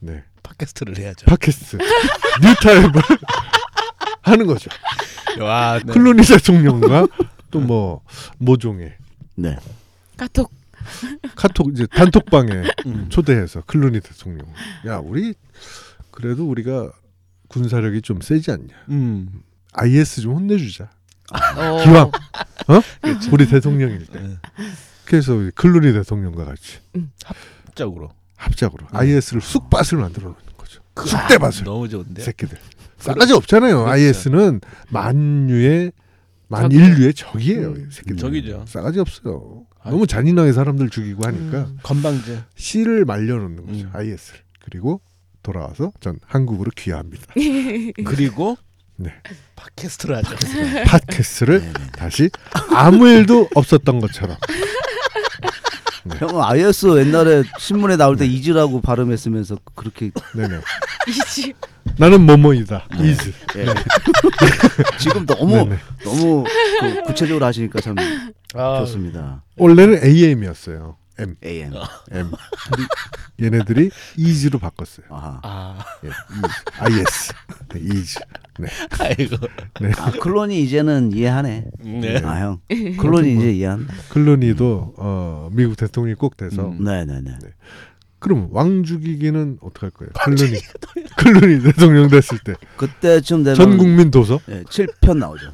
S2: 네
S6: 팟캐스트를 해야죠.
S2: 팟캐스트 뉴타입을 (laughs) 하는 거죠.
S6: 와, 네.
S2: 클로니사 총령과 또 뭐 모종의
S1: 네.
S3: 카톡.
S2: 카톡 이제 단톡방에
S6: 음.
S2: 초대해서 클로니 대통령 야 우리 그래도 우리가 군사력이 좀 세지 않냐
S4: 음.
S2: IS 좀 혼내주자
S3: 어.
S2: 기왕 어 우리 대통령일 때
S6: 네.
S2: 그래서 클루니 대통령과 같이
S6: 합작으로.
S2: 합작으로
S6: 음.
S2: IS를 쑥밭을 만들어 놓는 거죠.
S6: 그 아,
S2: 쑥대밭을
S6: 너무
S2: 이
S6: 좋은데.
S2: 새끼들
S6: 그
S2: 싸가지 없잖아요.
S6: 그렇죠.
S2: IS는 만유의 만인류의 적이에요. 이 새끼들
S6: 음, 적이죠.
S2: 싸가지 없어요.
S6: 아.
S2: 너무 잔인하게 사람들 죽이고 하니까
S3: 음.
S6: 건방져.
S2: 씨를 말려놓는 거죠.
S6: 음.
S2: IS를 그리고 돌아와서 전 한국으로 귀화합니다.
S6: 그리고
S2: 네.
S6: 팟캐스트를 하죠.
S2: 팟캐스트를
S1: 네, 네.
S2: 다시 아무 일도 없었던 것처럼
S1: 형은 IS 옛날에 신문에 나올
S2: 네.
S1: 때 이즈라고 발음했으면서 그렇게
S2: 네네
S3: (laughs) 이지.
S2: 나는 뭐뭐이다
S6: 네.
S2: 이즈
S1: 예. (laughs) 지금 너무
S2: 네. 네네.
S1: 너무 그 구체적으로 하시니까 참
S6: 아,
S1: 좋습니다.
S2: 원래는 AM이었어요. M
S1: AM.
S2: M. 근데 예, 음. 얘네들이 이즈로 바꿨어요.
S1: 아하.
S6: 아,
S2: 예, IS. 네, 이즈. 네.
S6: 아이고.
S1: 아, 클론이 이제는 이해하네.
S6: 네.
S1: 아 형. 클론이 이제 이해한다.
S2: 클루니도 어, 미국 대통령이 꼭 돼서
S4: 음.
S1: 네네네.
S2: 그럼 왕 죽이기는 어떻게 할 거예요? 클루니. 클루니 대통령 됐을 때 전
S1: 그때쯤 되면
S2: 국민 도서
S1: 예, 7편 나오죠.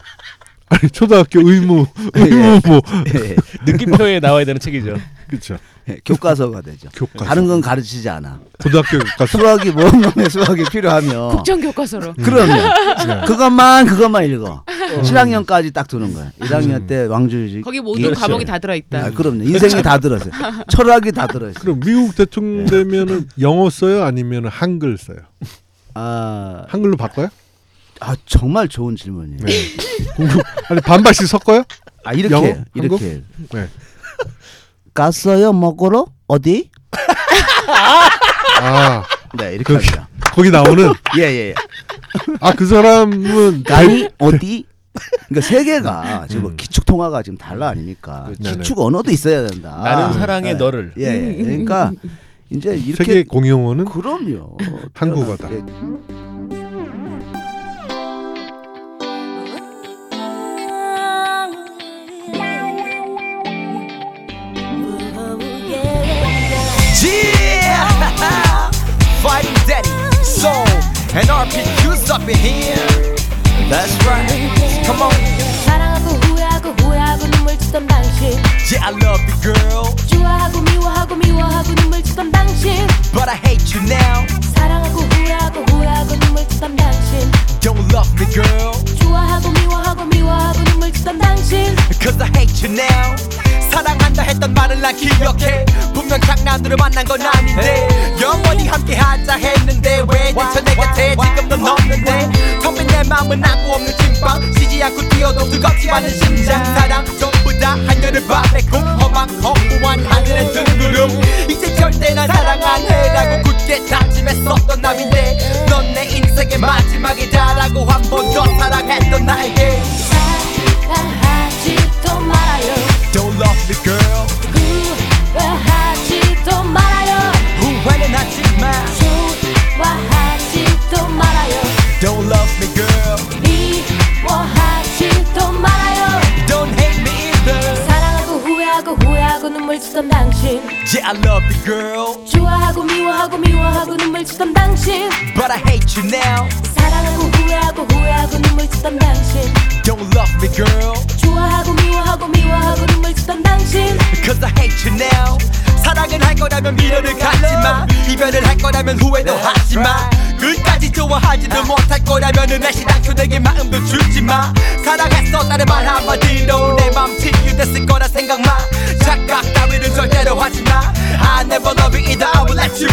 S2: 아니 초등학교 의무 의무부
S1: 예,
S6: 느낌표에 나와야 되는 책이죠.
S2: 그렇죠.
S1: 예, 교과서가 되죠.
S2: 교과서.
S1: 다른 건 가르치지 않아.
S2: 고등학교 교과서.
S1: 수학이 뭔 놈의 수학이
S2: 어.
S1: 필요하면
S3: 국정 교과서로. (laughs)
S2: 네.
S3: 네.
S1: 그럼요. 그것만 그것만 읽어. 7학년까지 딱 두는 거야. 1학년
S2: 음.
S1: 때 왕조유지.
S3: 거기 모든
S1: 예.
S3: 과목이 다 들어
S1: 아,
S3: 있다.
S1: 그럼요. 인생이 다 들었어요. 철학이 다 들었어요.
S2: 그럼 미국 대통령 되면은 영어 써요 아니면 한글 써요?
S1: 아,
S2: 한글로 바꿔요?
S1: 아 정말 좋은 질문이에요.
S2: 네. 공부- 아니 반반씩 섞어요?
S1: 아 이렇게
S2: 영어?
S1: 해요. 이렇게 해요.
S2: 네.
S1: 갔어요 먹으러 어디?
S2: 아
S1: 네 이렇게
S2: 거기
S1: 합니다.
S2: 거기 나오는
S1: 예예. (laughs) 예.
S2: 아
S1: (laughs)
S2: 그 사람은
S6: 그
S1: 가니 어디? 그러니까 세
S6: 음.
S1: 개가 지금 뭐 기축 통화가 지금 달라 아니니까
S2: 네네.
S1: 기축 언어도 있어야 된다.
S6: 그렇죠. 나는 사랑해
S1: 네.
S6: 너를.
S1: 예,
S6: (laughs)
S1: 예. 그러니까 이제 이렇게
S2: 그 세계 공용어는
S1: 그럼요.
S2: 한국어다.
S1: 예.
S5: Yeah! Fighting Daddy, Soul, and RPQ's up in here. That's right. Come on.
S7: 사랑하고 후회하고 후회하고 눈물 짓던 당신
S5: Yeah, I love you, girl,
S7: 좋아하고 미워하고 미워하고 눈물 짓던 당신
S5: but I hate you now.
S7: 사랑하고 후회하고 후회하고 눈물 짓던 당신
S5: Don't love me, girl,
S7: 좋아하고 미워하고 미워하고 눈물 짓던 당신
S5: cause I hate you now. 사랑한다 했던 말을 난 기억해. 분명 장난으로 만난 건 아닌데. 영원히 함께 하자 했는데. 왜 대체 내 곁에 지금 넌 없는데. 텅빈 내 마음은 나고 없는 침방. 쉬지 않고 뛰어도 두껍지 않은 심장. 사랑 전부 다 하늘을 바래고. 허망, 허무한 하늘의 뜬구름. 이제 절대 난 사랑 안 해라고 굳게 다짐했었던 남인데. 넌 내 인생의 마지막이다라고 한 번 더 사랑했던 나에게.
S7: 사랑하지도 말아요
S5: Don't love me, girl.
S7: 후회하지도 말아요 좋아하고 미워하고 미워하고 눈물치던 당신
S5: But I hate you now.
S7: 사랑하고 후회하고 후회하고 눈물치던 당신
S5: Don't love me, girl.
S7: 좋아하고 미워하고 미워하고 눈물치던 당신
S5: Cause I hate you now. 사랑을 할 거라면 미련을 갖지 마. 이별을 할 거라면 후회도 하지 마. 끝까지 좋아하지도 못할 거라면은 다시 당초 내게 마음도 주지 마. 사랑했어 다른 말 한마디로 내맘 치유됐을 거라 생각 마. 착각 따위는 절대로 하지 마. I never love you either. I will let you.